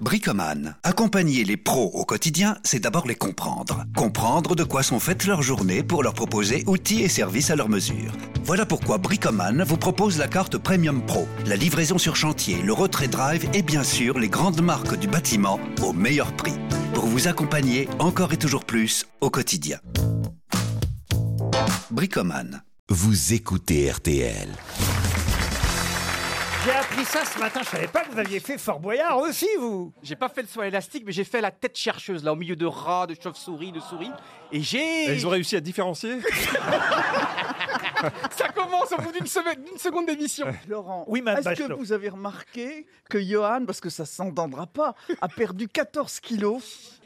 Bricoman. Accompagner les pros au quotidien, c'est d'abord les comprendre. Comprendre de quoi sont faites leurs journées pour leur proposer outils et services à leur mesure. Voilà pourquoi Bricoman vous propose la carte Premium Pro, la livraison sur chantier, le retrait drive et bien sûr les grandes marques du bâtiment au meilleur prix. Pour vous accompagner encore et toujours plus au quotidien. Bricoman. Vous écoutez RTL. J'ai appris ça ce matin, je savais pas que vous aviez fait Fort Boyard aussi, vous J'ai pas fait le soin élastique, mais j'ai fait la tête chercheuse, là, au milieu de rats, de chauves-souris, de souris. Et j'ai. ils ont réussi à différencier Ça commence au bout d'une semaine- d'une seconde d'émission. Laurent, Oui, madame est-ce que Bachelot. vous avez remarqué que Johan, parce que ça s'entendra pas, a perdu 14 kilos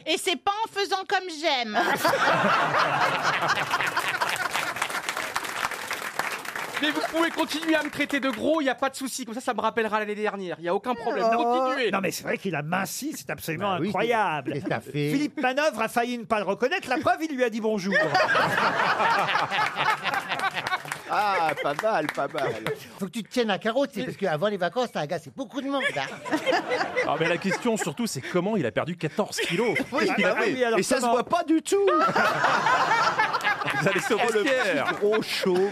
Et c'est pas en faisant comme j'aime. Mais vous pouvez continuer à me traiter de gros, il n'y a pas de souci. Comme ça, ça me rappellera l'année dernière. Il n'y a aucun problème. Continuez. Oh Non, mais c'est vrai qu'il a minci, c'est absolument Bah oui, incroyable. qu'est-ce que t'as fait Philippe Manœuvre a failli ne pas le reconnaître, la preuve, il lui a dit bonjour. Ah, pas mal, pas mal. Faut que tu te tiennes à carreau, tu sais, parce qu'avant les vacances, t'as agacé beaucoup de monde. hein. Ah, mais la question surtout, c'est comment il a perdu 14 kilos Oui, bah oui, alors Et ça se comment voit pas du tout Vous allez sauver le Pierre Gros chaud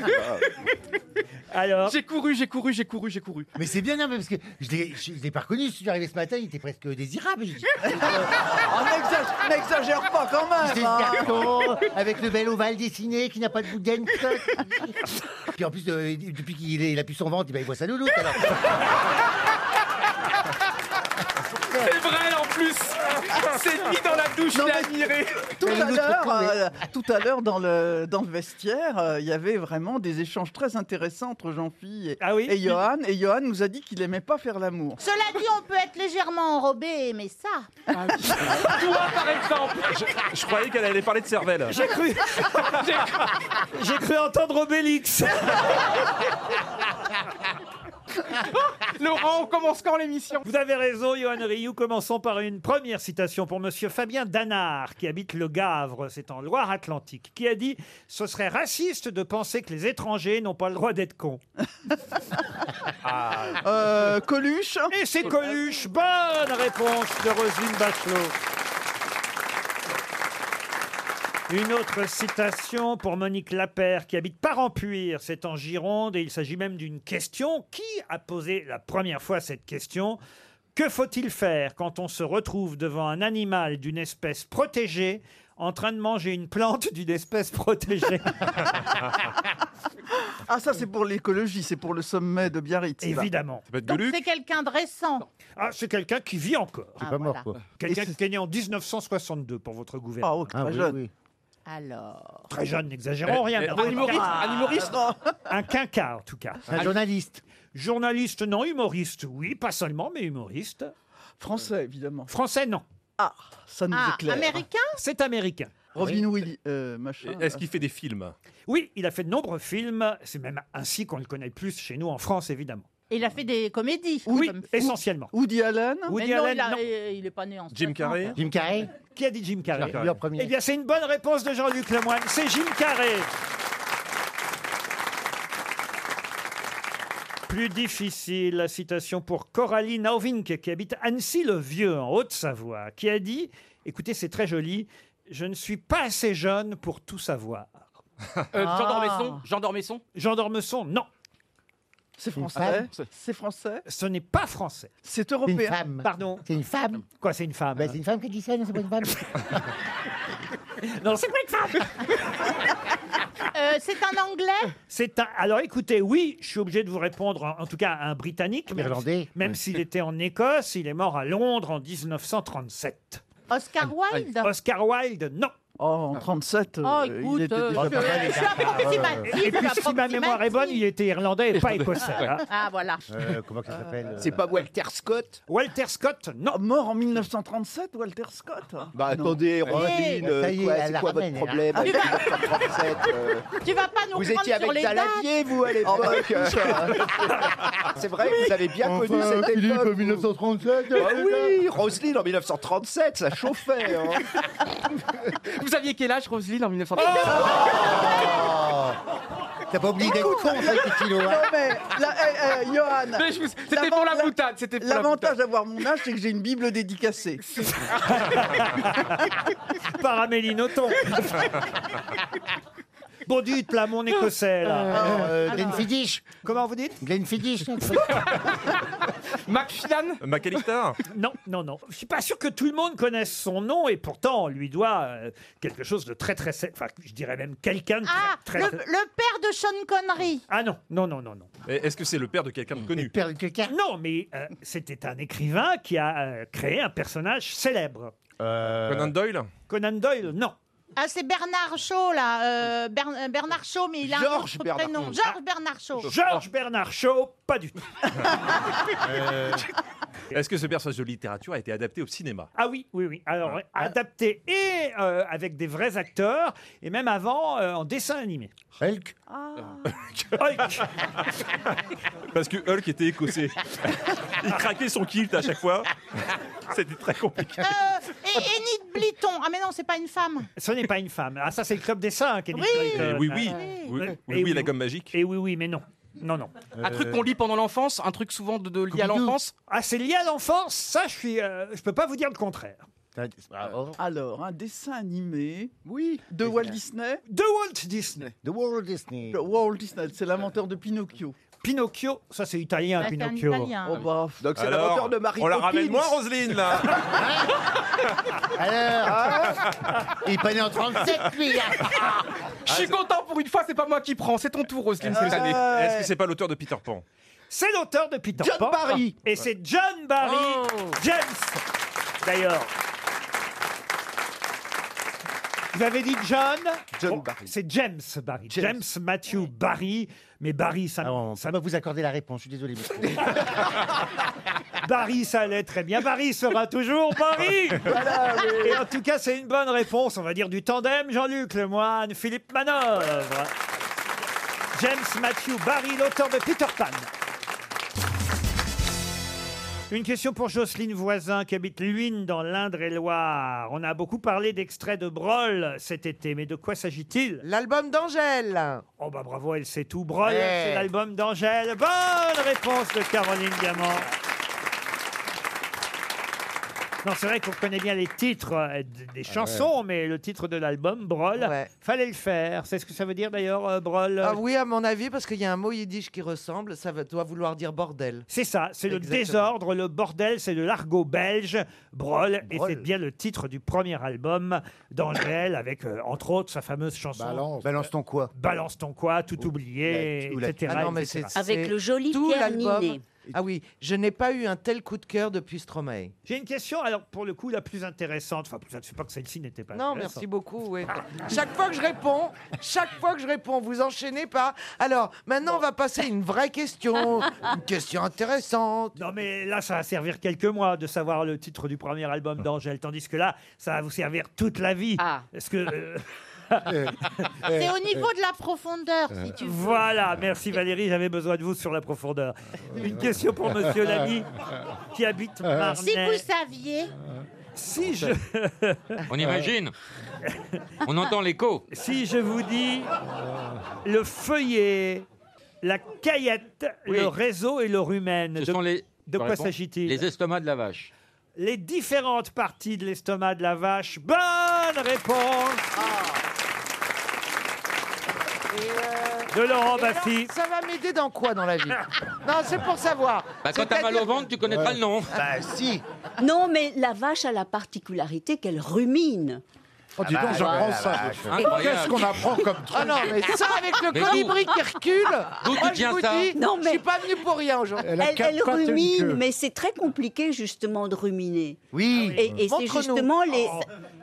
Alors, J'ai couru, j'ai couru, j'ai couru, j'ai couru. Mais c'est bien, non, mais parce que je l'ai- je l'ai pas reconnu. Je suis arrivé ce matin, il était presque désirable. J'étais Oh, Ah, n'exag- N'exagère pas quand Ah, même hein. garçon, avec le bel ovale dessiné qui n'a pas de bout de gaine. Puis en plus, euh, depuis qu'il est- il a pu son ventre, eh ben, il voit sa louloute. Alors. C'est vrai en plus C'est mis dans la douche, Non, j'ai mais- admiré. Tout Mais à l'autre l'heure, con, mais- euh, tout à l'heure dans le dans le vestiaire, euh, il y avait vraiment des échanges très intéressants entre Jean-Philippe et, Ah oui et Johan. Et Johan nous a dit qu'il aimait pas faire l'amour. Cela dit, on peut être légèrement enrobé, mais ça. Toi, par exemple, Je, je croyais qu'elle allait parler de cervelle. j'ai cru... j'ai cru entendre Obélix. Laurent, on commence quand l'émission Vous avez raison, Johan Rioux. Commençons par une première citation pour Monsieur Fabien Danard, qui habite le Gavre, c'est en Loire-Atlantique, qui a dit « Ce serait raciste de penser que les étrangers n'ont pas le droit d'être cons Euh, Coluche, ». Et c'est Coluche. Bonne réponse de Rosine Bachelot. Une autre citation pour Monique Lapère, qui habite Parampuire, c'est en Gironde, et il s'agit même d'une question. Qui a posé la première fois cette question Que faut-il faire quand on se retrouve devant un animal d'une espèce protégée en train de manger une plante d'une espèce protégée ah ça c'est pour l'écologie, c'est pour le sommet de Biarritz. ça. Évidemment. Ça peut être Donc Gueuluc c'est quelqu'un de récent. Ah, c'est quelqu'un qui vit encore. Ah, pas mort, voilà. quoi. Quelqu'un Et c'est- qui est né en 1962 pour votre gouvernement. Ah, oh, Ah, très oui, jeune. oui. Alors. Très jeune, n'exagérons Eh, rien. eh, mais en tout Un humoriste, cas- un humoriste Un quinca, en tout cas. Un journaliste. Journaliste, non. Humoriste, oui. Pas seulement, mais humoriste. Français évidemment. Français, non. Ah, ça nous Ah, éclaire. américain C'est américain. Robin Williams, euh, machin. Est-ce qu'il fait des films Oui, il a fait de nombreux films. C'est même ainsi qu'on le connaît le plus chez nous en France, évidemment. Il a fait des comédies. Oui, comme- essentiellement. Woody Allen. Mais Woody non, Allen, il, a- non. il est pas né en Jim 60, Carrey Jim Carrey. Qui a dit Jim Carrey Lui en premier. Eh bien, c'est une bonne réponse de Jean-Luc Lemoyne. C'est Jim Carré. Plus difficile, la citation pour Coralie Nauvink, qui habite Annecy-le-Vieux, en Haute-Savoie, qui a dit Écoutez, c'est très joli, je ne suis pas assez jeune pour tout savoir. Euh, Jean Ah. Dormesson Jean Dormesson Jean d'Ormesson, non, Ah Ah C'est femme. français. C'est français. ce n'est pas français. C'est C'est une européen. femme. Pardon C'est une femme. Quoi, c'est une femme hein Bah, c'est une femme qui dit ça, non, c'est pas une femme. Non, c'est pas une femme Euh, c'est un anglais C'est un. Alors écoutez, oui, je suis obligé de vous répondre, en, en tout cas, à un Britannique. même Irlandais. si- Même s'il était en Écosse, il est mort à Londres en 1937. Oscar Wilde Ah, Oscar Wilde, non. Oh, en 37, euh, Oh, il écoute, était euh, déjà je, je suis approximative. Et puis, je suis si ma mémoire est bonne, il approximative. était irlandais et pas écossais. hein. Ah, voilà. Euh, comment ça s'appelle euh, C'est pas Walter Scott Walter Scott, non. Ah, mort en 1937, Walter Scott Bah Non. attendez, Robin, Eh, euh, ça y est, quoi, elle c'est la quoi ramène, votre elle. problème avec Walter 37, euh, Tu vas pas nous Vous prendre étiez sur les avec dates. Daladier, vous, à l'époque euh, C'est vrai, que vous avez bien connu cette Philippe, époque. vous. 1937. Ah oui, Roselyne en 1937, ça chauffait. hein. Vous Oh aviez quel âge, Roselyne, en 1900 T'as pas oublié d'être con, ça, Titino, hein. Non, mais, là, eh, eh, Johan, Mais je vous- C'était pour la L'avant- boutade, c'était pour la boutade. l'avantage d'avoir mon âge, c'est que j'ai une Bible dédicacée. par Amélie Nothomb. bon, dites, là, mon écossais, là. Euh, Glenfiddich. Comment vous dites Glenfiddich. McFidan Euh, McAllister Non, non, non. Je suis pas sûr que tout le monde connaisse son nom et pourtant on lui doit euh, quelque chose de très très célèbre. Enfin, je dirais même quelqu'un de Ah, très le, très- le père de Sean Connery. Ah non, non, non, non, non. Et Est-ce que c'est le père de quelqu'un de connu Père de quelqu'un. Non, mais euh, c'était un écrivain qui a euh, créé un personnage célèbre. Conan Doyle Conan Doyle, non. Ah, c'est Bernard Shaw, là. euh, Bern- euh, Bernard Shaw, mais il a un Georges autre Bernard- prénom. Georges Bernard Oh. Shaw. Georges Bernard Shaw, pas du tout. Euh. Est-ce que ce personnage de littérature a été adapté au cinéma Ah oui, oui, oui. Alors, ouais, adapté et euh, avec des vrais acteurs et même avant euh, en dessin animé. Hulk. Hulk. Parce que Hulk était écossais. Il craquait son kilt à chaque fois. C'était très compliqué. Euh, et Enid Blyton. Ah, mais non, c'est pas une femme. Ce n'est pas une femme. Ah, ça, c'est le club des cinq. Edith Oui. Et Eh Blyton. oui, oui. Oui, oui, oui, la gomme magique. Euh, Et oui, oui, mais non. Non, non. Un truc qu'on lit pendant l'enfance, un truc souvent de, de lié à Scooby-Doo. l'enfance. Ah, c'est lié à l'enfance Ça, je suis, euh, je peux pas vous dire le contraire. Alors, un dessin animé Oui. de Walt Disney. De Walt Disney. The Walt Disney. Walt Disney, c'est l'inventeur de Pinocchio. Pinocchio, ça c'est italien, Ah, c'est un Pinocchio. italien. Oh bah, pff, Donc Alors, On la ramène moins, Roselyne, là Alors, Ah. il est pas né en 37, lui, hein. là. Je suis content pour une fois, c'est pas moi qui prends, c'est ton tour, Roselyne, cette année. ouais. Est-ce que c'est pas l'auteur de Peter Pan Ah, C'est l'auteur de Peter John Pan. Barry. Et c'est John Barry Oh. James, d'ailleurs. Vous avez dit John John Bon, Barry. C'est James Barry. James, James. Matthew Barry. Mais Barry, ça, Ah bon, ça- ça va vous accorder la réponse, je suis désolé. monsieur. Barry, ça allait très bien. Barry sera toujours Barry Et en tout cas, c'est une bonne réponse, on va dire, du tandem Jean-Luc Lemoine, Philippe Manœuvre. James Matthew Barry, l'auteur de Peter Pan. Une question pour Jocelyne Voisin qui habite Luynes dans l'Indre-et-Loire. On a beaucoup parlé d'extraits de Brol cet été, mais de quoi s'agit-il L'album d'Angèle. Eh. Oh bah bravo, elle sait tout. Brol, Ouais. c'est l'album d'Angèle. Bonne réponse de Caroline Diamant. Non, c'est vrai qu'on connaît bien les titres euh, d- des chansons, mais le titre de l'album, Brol, Ah Ouais. fallait le faire. C'est ce que ça veut dire d'ailleurs, euh, Brol euh, Ah oui, à mon avis, parce qu'il y a un mot yiddish qui ressemble, ça va- doit vouloir dire bordel. C'est ça, c'est le Exactement. désordre, le bordel, c'est de l'argot belge, Brol, et Brol. c'est bien le titre du premier album d'Angèle, avec euh, entre autres sa fameuse chanson Balance. Balance ton quoi Balance ton quoi, tout oublié, la- ou la- etc. Ah non, mais etc. c'est- c'est joli tout l'album. Ah oui, je n'ai pas eu un tel coup de cœur depuis Stromae. J'ai une question, alors pour le coup, la plus intéressante. Enfin, je ne sais pas que celle-ci n'était pas Non, intéressante. merci beaucoup. oui. Chaque fois que je réponds, chaque fois que je réponds, vous enchaînez pas. Alors, maintenant, on va passer à une vraie question, une question intéressante. Non, mais là, ça va servir quelques mois de savoir le titre du premier album d'Angèle, tandis que là, ça va vous servir toute la vie. Ah. Parce que. euh, Eh, C'est au niveau de la profondeur, si tu veux. Voilà, merci Valérie, j'avais besoin de vous sur la profondeur. Une question pour Monsieur Lamy, qui habite Ah. Si Marnay. vous saviez. Si je, On imagine. On entend l'écho. si je vous dis le feuillet, la caillette, Oui. le réseau et le rumen, Ce de, sont les, de quoi réponds. s'agit-il les estomacs de la vache. les différentes parties de l'estomac de la vache. Bonne réponse Ah. Et, euh, de Laurent et alors, Baffy. ça va m'aider dans quoi dans la vie Non, c'est pour savoir. Bah, quand t'as mal C'est-à-dire- au ventre, tu connaîtras le nom. Bah si Non, mais la vache a la particularité qu'elle rumine. Oh, dis donc, j'apprends ça. Qu'est-ce Incroyable. qu'on apprend comme truc Ah non, mais ça avec le Mais colibri qui recule. D'où Moi, tu je tiens vous ça dis, Non, je mais- suis pas venu pour rien aujourd'hui. Elle a Elle, quatre elle pattes et une queue. rumine, mais c'est très compliqué justement de ruminer. Oui. Et, et c'est Ah Montre-nous. Oh. justement les,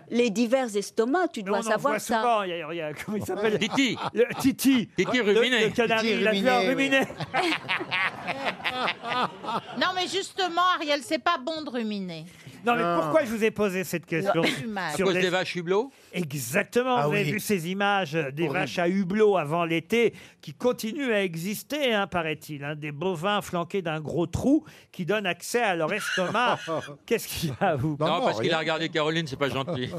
les divers estomacs, tu Mais on dois en voit savoir ça. souvent. Il y a, il y a- comment il s'appelle Titi, Le Titi. Titi Le, ruminé. le canari, Titi il a dû en ruminé, ruminer. Non, mais justement, Ariel, c'est pas bon de ruminer. Non, mais pourquoi je vous ai posé cette question Non, c'est du mal. à cause les- des vaches hublots Exactement, Ah vous avez oui. vu ces images des vaches à hublot avant l'été qui continuent à exister, hein, paraît-il. hein, des bovins flanqués d'un gros trou qui donne accès à leur estomac. Qu'est-ce qu'il y a, vous Non, non, parce qu'il rien. a regardé Caroline, c'est pas gentil.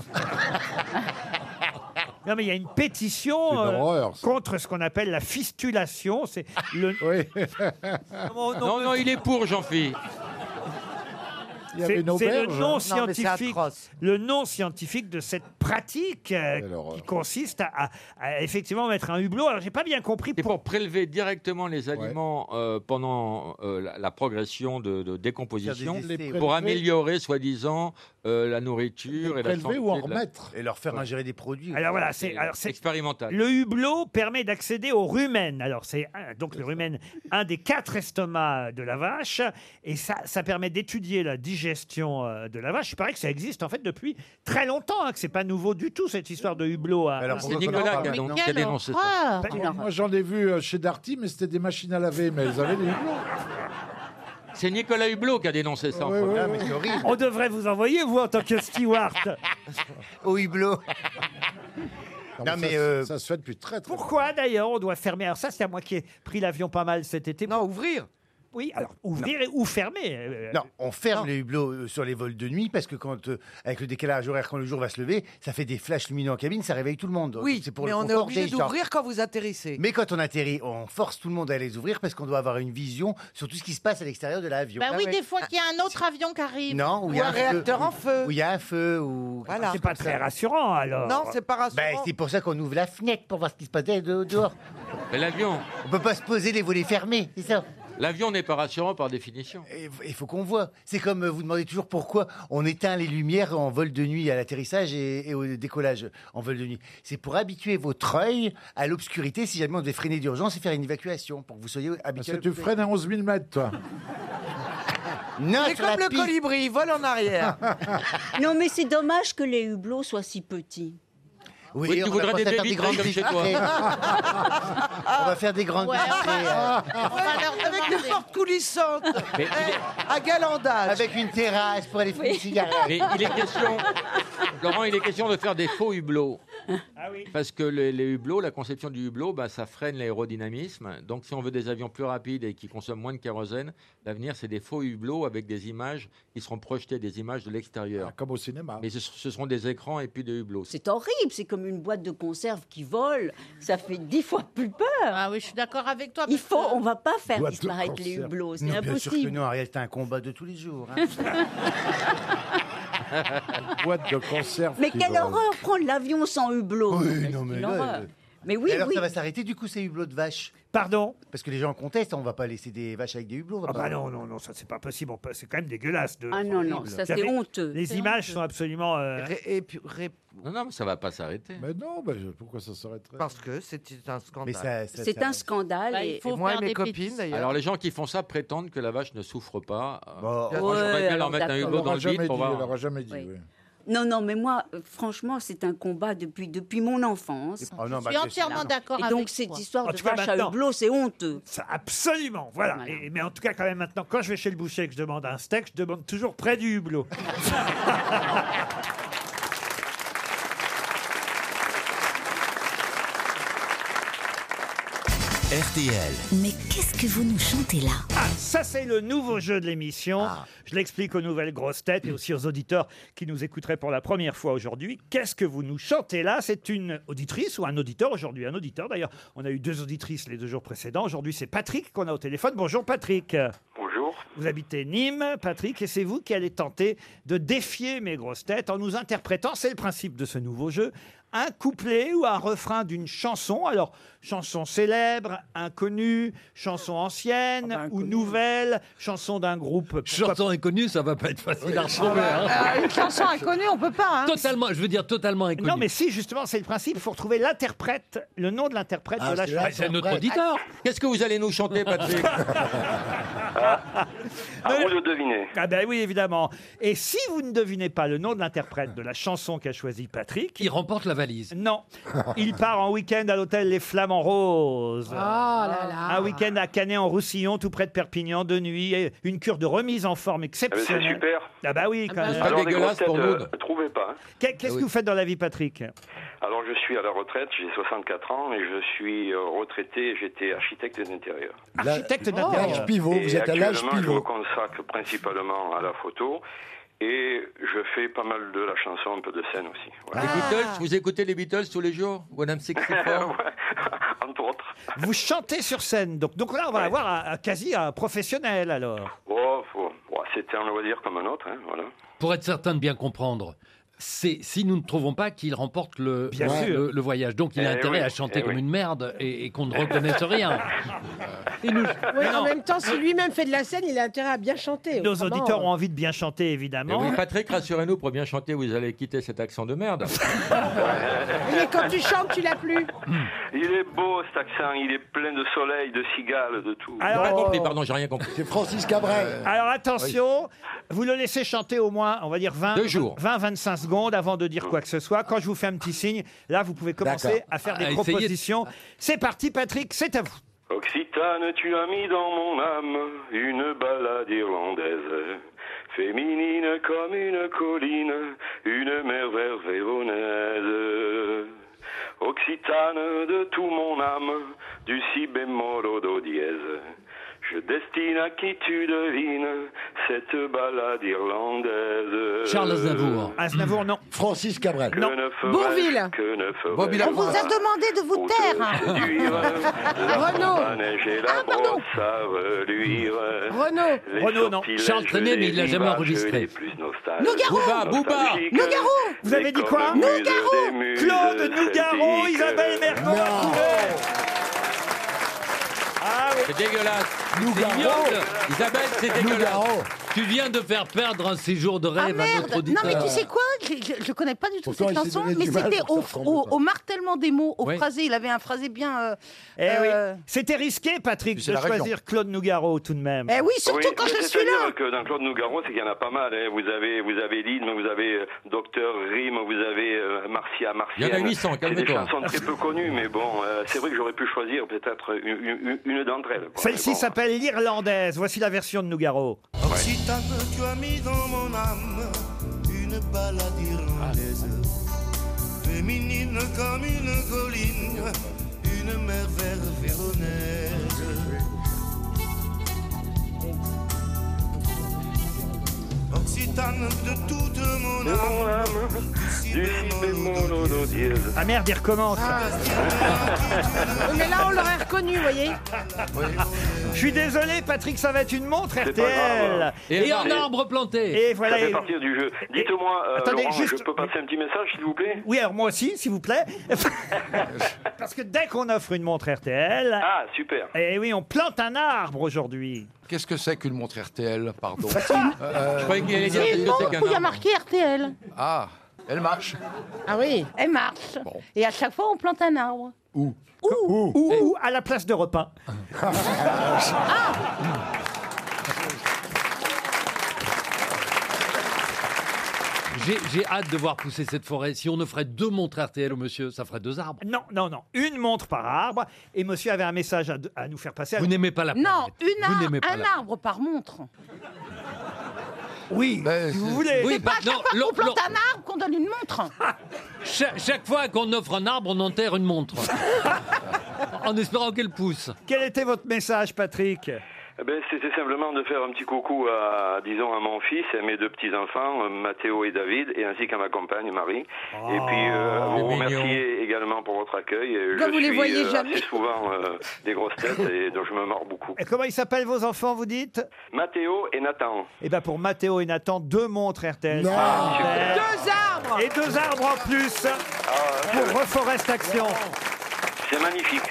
Non, mais il y a une pétition euh, contre ce qu'on appelle la fistulation. C'est le. Non, non, il est pour, Jean-Philippe. C'est c'est le hein. hein. nom scientifique, le nom scientifique de cette pratique euh, qui consiste à, à- à effectivement mettre un hublot. Alors j'ai pas bien compris C'est pour prélever directement les aliments euh, pendant euh, la, la progression de, de décomposition Faire des essais, pour ouais. améliorer, soi-disant, euh, la nourriture et la santé. de la- Et leur faire ingérer des produits. Alors voilà, c'est alors c'est- expérimental. Le hublot permet d'accéder au rumen. Alors c'est un- donc le rumen, un des quatre estomacs de la vache, et ça, ça permet d'étudier la digestion euh, de la vache. Il paraît que ça existe en fait depuis très longtemps, hein, que c'est pas nouveau du tout cette histoire de hublot. à- Alors, C'est pourquoi Nicolas qu'on en qui a- parle donc, qui a Quelle dénoncé ça. Ah, Pas- Moi, j'en ai vu euh, chez Darty, mais c'était des machines à laver, mais elles avaient des hublots. C'est Nicolas Hublot qui a dénoncé ça. en Ouais, Ah, premier. ouais, ouais. On devrait vous envoyer vous en tant que steward. Au hublot. Non, Non, mais mais, ça, euh, ça se fait depuis très, très Pourquoi d'ailleurs on doit fermer Alors ça c'est à moi qui ai pris l'avion pas mal cet été. Non, ouvrir. Oui, alors ouvrir et- ou fermer. euh, Non, On ferme Non. les hublots euh, sur les vols de nuit parce que quand, euh, avec le décalage horaire, quand le jour va se lever, ça fait des flashs lumineux en cabine, ça réveille tout le monde. Oui, c'est mais le on est confort obligé des gens. d'ouvrir quand vous atterrissez. Mais quand on atterrit, on force tout le monde à les ouvrir parce qu'on doit avoir une vision sur tout ce qui se passe à l'extérieur de l'avion. Bah oui, des fois qu'il y a un autre avion qui arrive. Ah Non, où il y a feu, Où il y a un feu. Ou... Voilà. C'est pas très rassurant alors. Non, c'est pas rassurant. Bah, c'est pour ça qu'on ouvre la fenêtre pour voir ce qui se passe de- dehors. Mais l'avion, on peut pas se poser les volets fermés, c'est ça. l'avion n'est pas rassurant par définition. Et Il faut qu'on voit. C'est comme euh, vous demandez toujours pourquoi on éteint les lumières en vol de nuit à l'atterrissage et, et au décollage en vol de nuit. C'est pour habituer votre œil à l'obscurité si jamais on devait freiner d'urgence et faire une évacuation pour que vous soyez habitué. Parce que tu freines à 11 000 mètres, toi. Non, C'est sur la comme le piste. colibri, il vole en arrière. Non, mais c'est dommage que les hublots soient si petits. Oui, Oui, tu on va voudrais pas des se faire baby grandes comme chez vitrées. on va faire des grandes Ouais, vitrées, euh, Avec une porte coulissante. Eh, Mais il est- À galandage. Avec une terrasse pour aller fumer une cigarette. Mais il est question, Laurent, il est question de faire des faux hublots. Parce que les, les hublots, la conception du hublot, bah, ça freine l'aérodynamisme. Donc, si on veut des avions plus rapides et qui consomment moins de kérosène, l'avenir, c'est des faux hublots avec des images qui seront projetées, des images de l'extérieur. Ah, comme au cinéma. Mais ce, ce seront des écrans et puis des hublots. C'est horrible, c'est comme une boîte de conserve qui vole. Ça fait dix fois plus peur. Ah oui, je suis d'accord avec toi. Il faut, on va pas faire Boîte de disparaître les concert. hublots, c'est Non, Bien sûr que impossible. non, Ariel, c'est un combat de tous les jours. hein. boîte de conserve. Mais qui quelle vole. horreur prendre l'avion sans hublot. Oui, non, mais Quelle là, horreur. euh, Mais oui, Et alors, oui. ça va s'arrêter du coup ces hublots de vaches Pardon Parce que les gens contestent, on va pas laisser des vaches avec des hublots. on va Ah pas- bah non, non, non, ça c'est pas possible. On peut- C'est quand même dégueulasse. De... Ah non, non, ça, c'est Vous savez, honteux. Les C'est images honteux. sont absolument. euh, Non, non, mais ça va pas s'arrêter. Mais non, bah, je- pourquoi ça s'arrêterait Parce que c'est un scandale. C'est un scandale. Bah, il et... faut Et moi et faire mes des copines, pétitions. d'ailleurs. Alors, les gens qui font ça prétendent que la vache ne souffre pas. Bah, Euh, Ouais, Moi, j'aimerais bien alors leur mettre un d'accord. hublot dans le jamais vide dit, pour elle voir. aura jamais dit. oui. Non, non, mais moi, euh, franchement, c'est un combat depuis, depuis mon enfance. Oh non, Je suis bah, entièrement Voilà. d'accord Et avec donc, cette toi. histoire Ah, En de tout cas, vache à maintenant. hublot, c'est honteux. Ça, absolument, voilà. Voilà. Et- mais en tout cas, quand même, maintenant, quand je vais chez le boucher et que je demande un steak, je demande toujours près du hublot. RTL. Mais qu'est-ce que vous nous chantez là Ah, ça, c'est le nouveau jeu de l'émission. Je l'explique aux nouvelles grosses têtes et aussi aux auditeurs qui nous écouteraient pour la première fois aujourd'hui. Qu'est-ce que vous nous chantez là C'est une auditrice ou un auditeur aujourd'hui Un auditeur, d'ailleurs. On a eu deux auditrices les deux jours précédents. Aujourd'hui, c'est Patrick qu'on a au téléphone. Bonjour, Patrick. Bonjour. Vous habitez Nîmes, Patrick, et c'est vous qui allez tenter de défier mes grosses têtes en nous interprétant, c'est le principe de ce nouveau jeu, un couplet ou un refrain d'une chanson. Alors, chanson célèbre, inconnue, chanson ancienne ou nouvelle, chanson d'un groupe. Chanson inconnue, ça va pas être facile à retrouver. hein. Euh, Ah, Une chanson inconnue, on peut pas. hein. Totalement, je veux dire totalement inconnue. Non, mais si, justement, c'est le principe, il faut retrouver l'interprète, le nom de l'interprète Ah, de la c'est là, chanson. c'est notre auditeur. Qu'est-ce que vous allez nous chanter, Patrick À vous de deviner. Ah ben oui, évidemment. Et si vous ne devinez pas le nom de l'interprète de la chanson qu'a choisi Patrick... Il remporte la valise. Non. Il part en week-end à l'hôtel Les Flamands Roses. là là. Un week-end à Canet-en-Roussillon, tout près de Perpignan, de nuit. Et une cure de remise en forme ben, c'est exceptionnelle. super. Ah bah oui, quand même. Alors, les grosses têtes, euh, Ah trouvez pas. Qu'est- Ah Qu'est-ce que vous faites dans la vie, Patrick Alors, je suis à la retraite, j'ai 64 ans et je suis euh, retraité. J'étais architecte d'intérieur. Architecte d'intérieur. L'âge Ah. pivot, Et vous êtes à l'âge actuellement, Je me pivot. consacre principalement à la photo Et je fais pas mal de la chanson, un peu de scène aussi. Voilà. Les Beatles, vous écoutez les Beatles tous les jours When I'm Ah 64 Vous chantez sur scène. Donc, donc là, on va avoir un- un- quasi un professionnel alors. Oh, faut- ouais, c'était un loisir comme un autre, hein, voilà. Pour être certain de bien comprendre, c'est si nous ne trouvons pas qu'il remporte le, Bien le, sûr. le- le voyage. Donc il a Eh intérêt oui, à chanter eh comme oui. une merde et, et qu'on ne reconnaisse rien. Et nous- Oui, Mais en non. même temps, si lui-même fait de la scène, il a intérêt à bien chanter. Nos autrement, euh, euh, auditeurs ont envie de bien chanter, Mais évidemment. Eh oui, Patrick, rassurez-nous, pour bien chanter, vous allez quitter cet accent de merde. Mais quand tu chantes, tu l'as plus. Il est beau cet accent, il est plein de soleil, de cigales, de tout. Alors, J'ai pas compris, pardon, j'ai rien compris. C'est Francis Cabrel. Euh, Alors attention, vous le laissez chanter au moins, on va dire 20, Deux jours. 20 25 secondes avant de dire quoi que ce soit. Quand je vous fais un petit signe, là vous pouvez commencer D'accord. à faire Ah, des essayez de- propositions. C'est parti Patrick, c'est à vous. Occitane, tu as mis dans mon âme une balade irlandaise, féminine comme une colline, une mer vert véronaise. Occitane de tout mon âme, du si bémol au do dièse. Je destine à qui tu devines cette balade irlandaise. Euh, Aznavour, non. Francis Cabrel. Que ne ferais-je, Que ne ferais-je Bourvil. On vous a demandé de vous taire. Ah, La neige et Ah, Ah, la brosse à reluire. Renaud. Les Renaud, non. sortilèges Charles Trenet, mais il l'a des jamais rivages enregistré. les plus nostalgiques. Nougaro. Booba, Booba. Nostalgiques. Nougaro. Vous avez Les dit quoi cornemuses Nougaro. des muses Claude Nougaro, celtiques. Isabelle Mergo a trouvé. Ah C'est dégueulasse. C'est Nougaro. ignoble. Isabelle, c'est dégueulasse. Tu viens de faire perdre un séjour de Ah rêve à merde notre Non auditeur. mais tu sais quoi Je ne connais pas du tout Pourtant, cette il s'est chanson, donné du mais mal c'était pour au, faire semblant. au, au martèlement des mots, au Oui. phrasé. Il avait un phrasé bien. euh, Eh euh, oui, c'était risqué Patrick c'est de la région. choisir Claude Nougaro tout de même. Eh oui, surtout Oui, mais C'est-à-dire que dans Claude Nougaro, c'est qu'il y en a pas mal. hein. Vous avez, vous avez Lidme, vous avez euh, Docteur Rime, vous avez euh, Marcia, Martienne. Il y en a 800, C'est des calme-toi. chansons très peu connues, mais bon, euh, c'est vrai que j'aurais pu choisir peut-être une, une- une d'entre elles. quoi. Celle-ci Mais bon. s'appelle l'Irlandaise. Voici la version de Nougaro. Occitane, tu as mis dans mon âme une balade irlandaise, féminine comme une colline, une mer vert véronaise. Occitane de toute mon âme, Du si bémol au do dièse. Ah merde, il recommence. Oui, Mais là, on l'aurait reconnu, vous voyez. Je suis désolé, Patrick, ça va être une montre C'est pas RTL. grave. Et un arbre planté. Et voilà. Ça fait et- partir du jeu. Dites-moi, euh, Attendez, Laurent, juste- je peux passer un petit message, s'il vous plaît Oui, alors moi aussi, s'il vous plaît. Parce que dès qu'on offre une montre RTL. Ah, super. Eh oui, on plante un arbre aujourd'hui. Bah, Qu'est-ce que c'est qu'une montre RTL, pardon euh, Je croyais qu'il allait dire C'est une montre euh, où il y a marqué RTL. Ah, elle marche. Ah oui. Elle marche. Et à chaque fois, on plante un arbre. Où Où Où À la place de repas. J'ai- J'ai hâte de voir pousser cette forêt. Si on offrait deux montres RTL au monsieur, ça ferait deux arbres. Non, non, non. Une montre par arbre. Et monsieur avait un message à, à nous faire passer. Vous n'aimez pas la Non, une Vous ar- n'aimez pas un la- arbre par montre. Oui, si vous voulez. ben, C'est pas à chaque fois qu'on plante un arbre qu'on donne une montre. Cha- chaque fois qu'on offre un arbre, on enterre une montre. en espérant qu'elle pousse. Quel était votre message, Patrick Eh ben, C'était simplement de faire un petit coucou à, disons, à mon fils et mes deux petits-enfants, euh, Mathéo et David, et ainsi qu'à ma compagne, Marie. et puis, euh, vous remercier également pour votre accueil. Euh, Comme je vous les suis voyez euh, jamais. assez souvent euh, des grosses têtes, et donc je me mords beaucoup. Et comment ils s'appellent vos enfants, vous dites Mathéo et Nathan. Eh bien, pour Mathéo et Nathan, deux montres RTL. Non. Ah, Super. Deux arbres Et deux arbres en plus pour Reforest Action. C'est magnifique.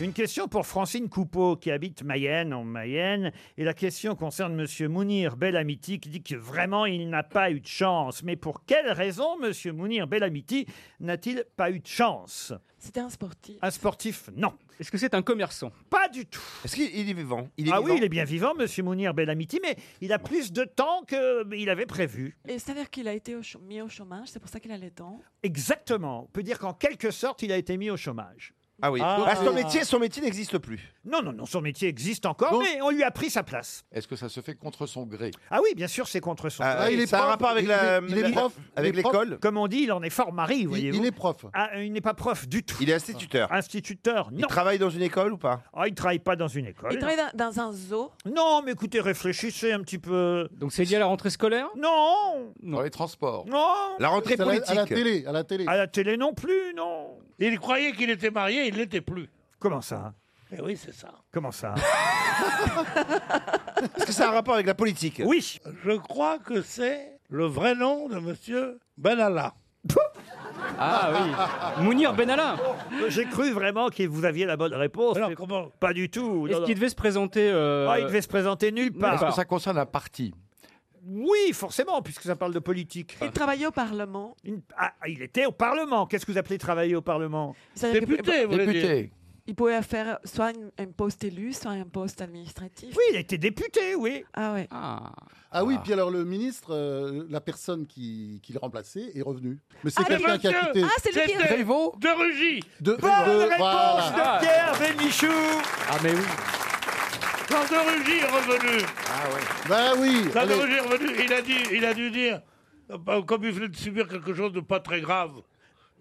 Une question pour Francine Coupeau qui habite Mayenne en Mayenne. Et la question concerne Monsieur Mounir Bellamiti qui dit que vraiment il n'a pas eu de chance. Mais pour quelle raison Monsieur Mounir Bellamiti n'a-t-il pas eu de chance C'était un sportif. Un sportif, non. Est-ce que c'est un commerçant Pas du tout. Est-ce qu'il est vivant ah oui, il est bien vivant, Monsieur Mounir Bellamiti, mais il a plus de temps qu'il avait prévu. Et il s'avère qu'il a été au chô- mis au chômage, c'est pour ça qu'il a les dents. Exactement. On peut dire qu'en quelque sorte, il a été mis au chômage. Ah oui. Ah. Ah, son métier, son métier n'existe plus. Non, non, non, son métier existe encore, mais on lui a pris sa place. Est-ce que ça se fait contre son gré Ah oui, bien sûr, c'est contre son. Ah, gré. il est Ça a prof, rapport avec il la- est- il est la- prof, avec il est prof. l'école Comme on dit, il en est fort mari, voyez-vous. il est prof. Ah, il n'est pas prof du tout. Il est instituteur. Instituteur, non. Il travaille dans une école ou pas Ah, il travaille pas dans une école. hein. Il travaille dans, dans un zoo. Non, mais écoutez, réfléchissez un petit peu. Donc c'est lié à la rentrée scolaire Non Dans les transports. Non La rentrée C'est à la- à politique. la télé, à la télé. À la télé non plus, non. Il croyait qu'il était marié, il l'était plus. Comment ça Mais oui, c'est ça. Comment ça Est-ce que ça a un rapport avec la politique Oui. Je crois que c'est le vrai nom de monsieur Benalla. Ah oui. Mounir Benalla. J'ai cru vraiment que vous aviez la bonne réponse. mais Pas du tout. non, Est-ce qu'il non. devait se présenter euh, Ah, il devait se présenter nulle part. Est-ce que ça concerne un parti Oui, forcément, puisque ça parle de politique. Il travaillait au Parlement. Une- ah, il était au Parlement. Qu'est-ce que vous appelez travailler au Parlement C'est-à-dire que- Il pouvait faire soit une- un poste élu, soit un poste administratif. Oui, il était député, oui. Ah ouais. Ah, oui, puis alors le ministre, euh, la personne qui, qui le remplaçait est revenue. Mais c'est Ah, quelqu'un qui a monsieur quitté. Ah, c'est lui qui- C'était Prévost De Rugy De- Bonne de- réponse voilà. de Pierre Bénichou Ah mais oui. Quand De Rugy est revenu, Ah oui. Bah oui. quand De allez. Rugy est revenu, il a, dit, il a dû dire, euh, bah, comme il venait de subir quelque chose de pas très grave,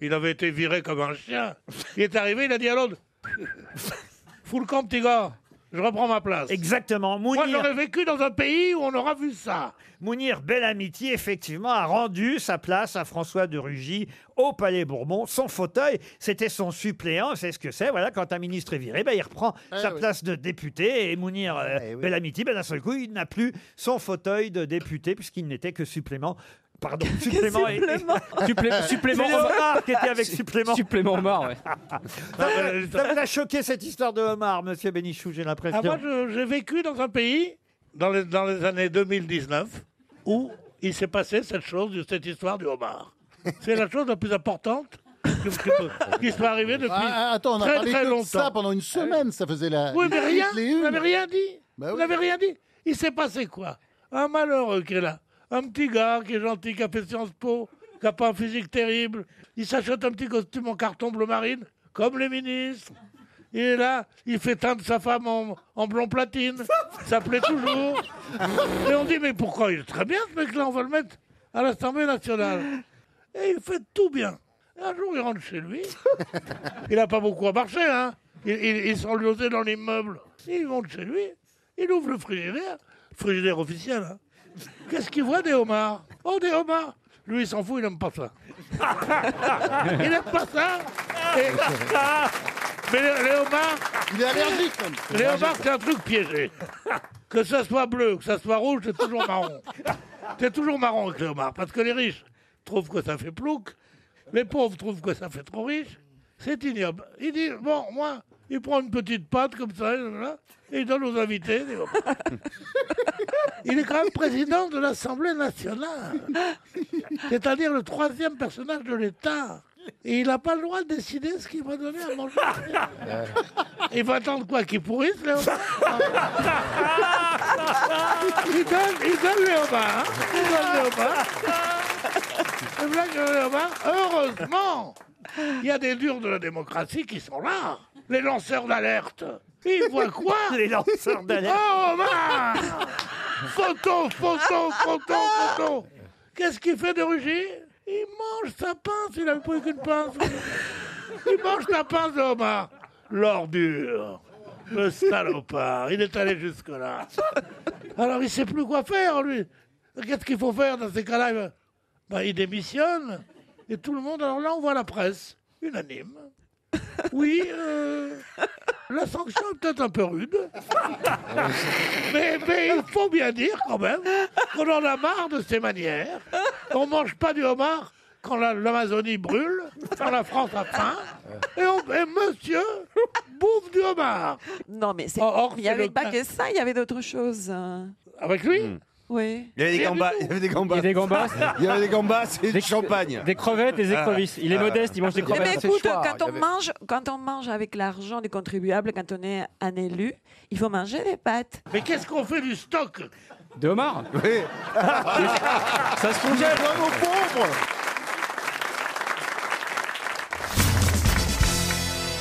il avait été viré comme un chien, il est arrivé, il a dit à l'autre, fous le camp petit gars, je reprends ma place. Exactement. Moi Mounir- j'aurais vécu dans un pays où on aura vu ça. Mounir Bellamiti, effectivement, a rendu sa place à François de Rugy au Palais Bourbon. Son fauteuil, c'était son suppléant. C'est ce que c'est. Voilà, quand un ministre est viré, ben, il reprend Eh sa oui. Eh place de député. Et Mounir euh, Bellamiti, ben, d'un seul coup, il n'a plus son fauteuil de député puisqu'il n'était que supplément. Pardon, supplément et. supplément. Supplé- supplément C'est le Omar. homard qui était avec Su- supplément. supplément Omar, ouais. ça, vous- ça vous a choqué cette histoire de homard, monsieur Bénichou, j'ai l'impression. Ah, moi, je- j'ai vécu dans un pays, dans les, dans les années 2019, où il s'est passé cette chose, de cette histoire du homard. C'est la chose la plus importante que- que- qui soit arrivée depuis Ah, ah, attends, on a très, parlé très que de longtemps. Ah, ça pendant une semaine, ça faisait la. Oui, mais les- rien, les vous unes. n'avez rien dit. Bah vous oui. n'avez rien dit. Il s'est passé quoi Un malheureux qui est là, un petit gars qui est gentil, qui a fait Sciences Po, qui n'a pas un physique terrible. Il s'achète un petit costume en carton bleu marine, comme les ministres. Il est là, il fait teindre sa femme en, en blond platine. Ça plaît toujours. Et on dit, mais pourquoi Il est très bien ce mec-là, on va le mettre à l'Assemblée nationale. Et il fait tout bien. Et un jour, il rentre chez lui. Il n'a pas beaucoup à marcher, hein. Il, il, il s'est enlosé dans l'immeuble. Il monte chez lui, il ouvre le frigidaire, frigidaire officiel, hein. Qu'est-ce qu'il voit des homards Oh, des homards Lui, il s'en fout, il n'aime pas ça. il n'aime pas ça Et- Mais les, les homards... Il est allergique, même. Les homards, c'est un truc piégé. Que ça soit bleu, que ça soit rouge, c'est toujours marron. C'est toujours marron avec les homards, parce que les riches trouvent que ça fait plouc, les pauvres trouvent que ça fait trop riche. C'est ignoble. Il dit, bon, moi, il prend une petite pâte comme ça, là, et il donne aux invités. des homards. Il est quand même président de l'Assemblée nationale, c'est-à-dire le troisième personnage de l'État. Et il n'a pas le droit de décider ce qu'il va donner à manger. Il va attendre quoi Qu'il pourrisse, les homards Il donne, il donne les homards. hein. Il donne les homards. Les blagues de les homards. Heureusement, il y a des durs de la démocratie qui sont là. Les lanceurs d'alerte. Ils voient quoi Les lanceurs d'alerte. Oh, homard Photo, photo, photo, photo Qu'est-ce qu'il fait de Rugy Il mange sa pince, il n'avait pas eu qu'une pince. Il mange la pince de homard. L'ordure. Le salopard. Il est allé jusque-là. Alors, il sait plus quoi faire, lui. Qu'est-ce qu'il faut faire dans ces cas-là Ben, ben, Il démissionne. Et tout le monde... Alors là, on voit la presse. Unanime. Oui, euh, la sanction est peut-être un peu rude. Mais, mais il faut bien dire quand même qu'on en a marre de ces manières. On mange pas du homard quand la- l'Amazonie brûle, quand la France a faim. Et, on- et monsieur bouffe du homard. Oh, Non, mais c'est. Or, il n'y c'est avait le pas cas. que ça, il y avait d'autres choses. hein. Ah, bah, Avec lui Oui. Il y avait des gambas. Il y avait des gambas. Il y avait des gambas. Il y avait des gambas et du champagne. des crevettes, des écrevisses. Il est modeste, il mange des Mais crevettes. écoute, quand on, mange, quand on mange avec l'argent des contribuables, quand on est un élu, il faut manger des pâtes. Mais qu'est-ce qu'on fait du stock De homard Oui. Ça se congèle vraiment Oh, pauvre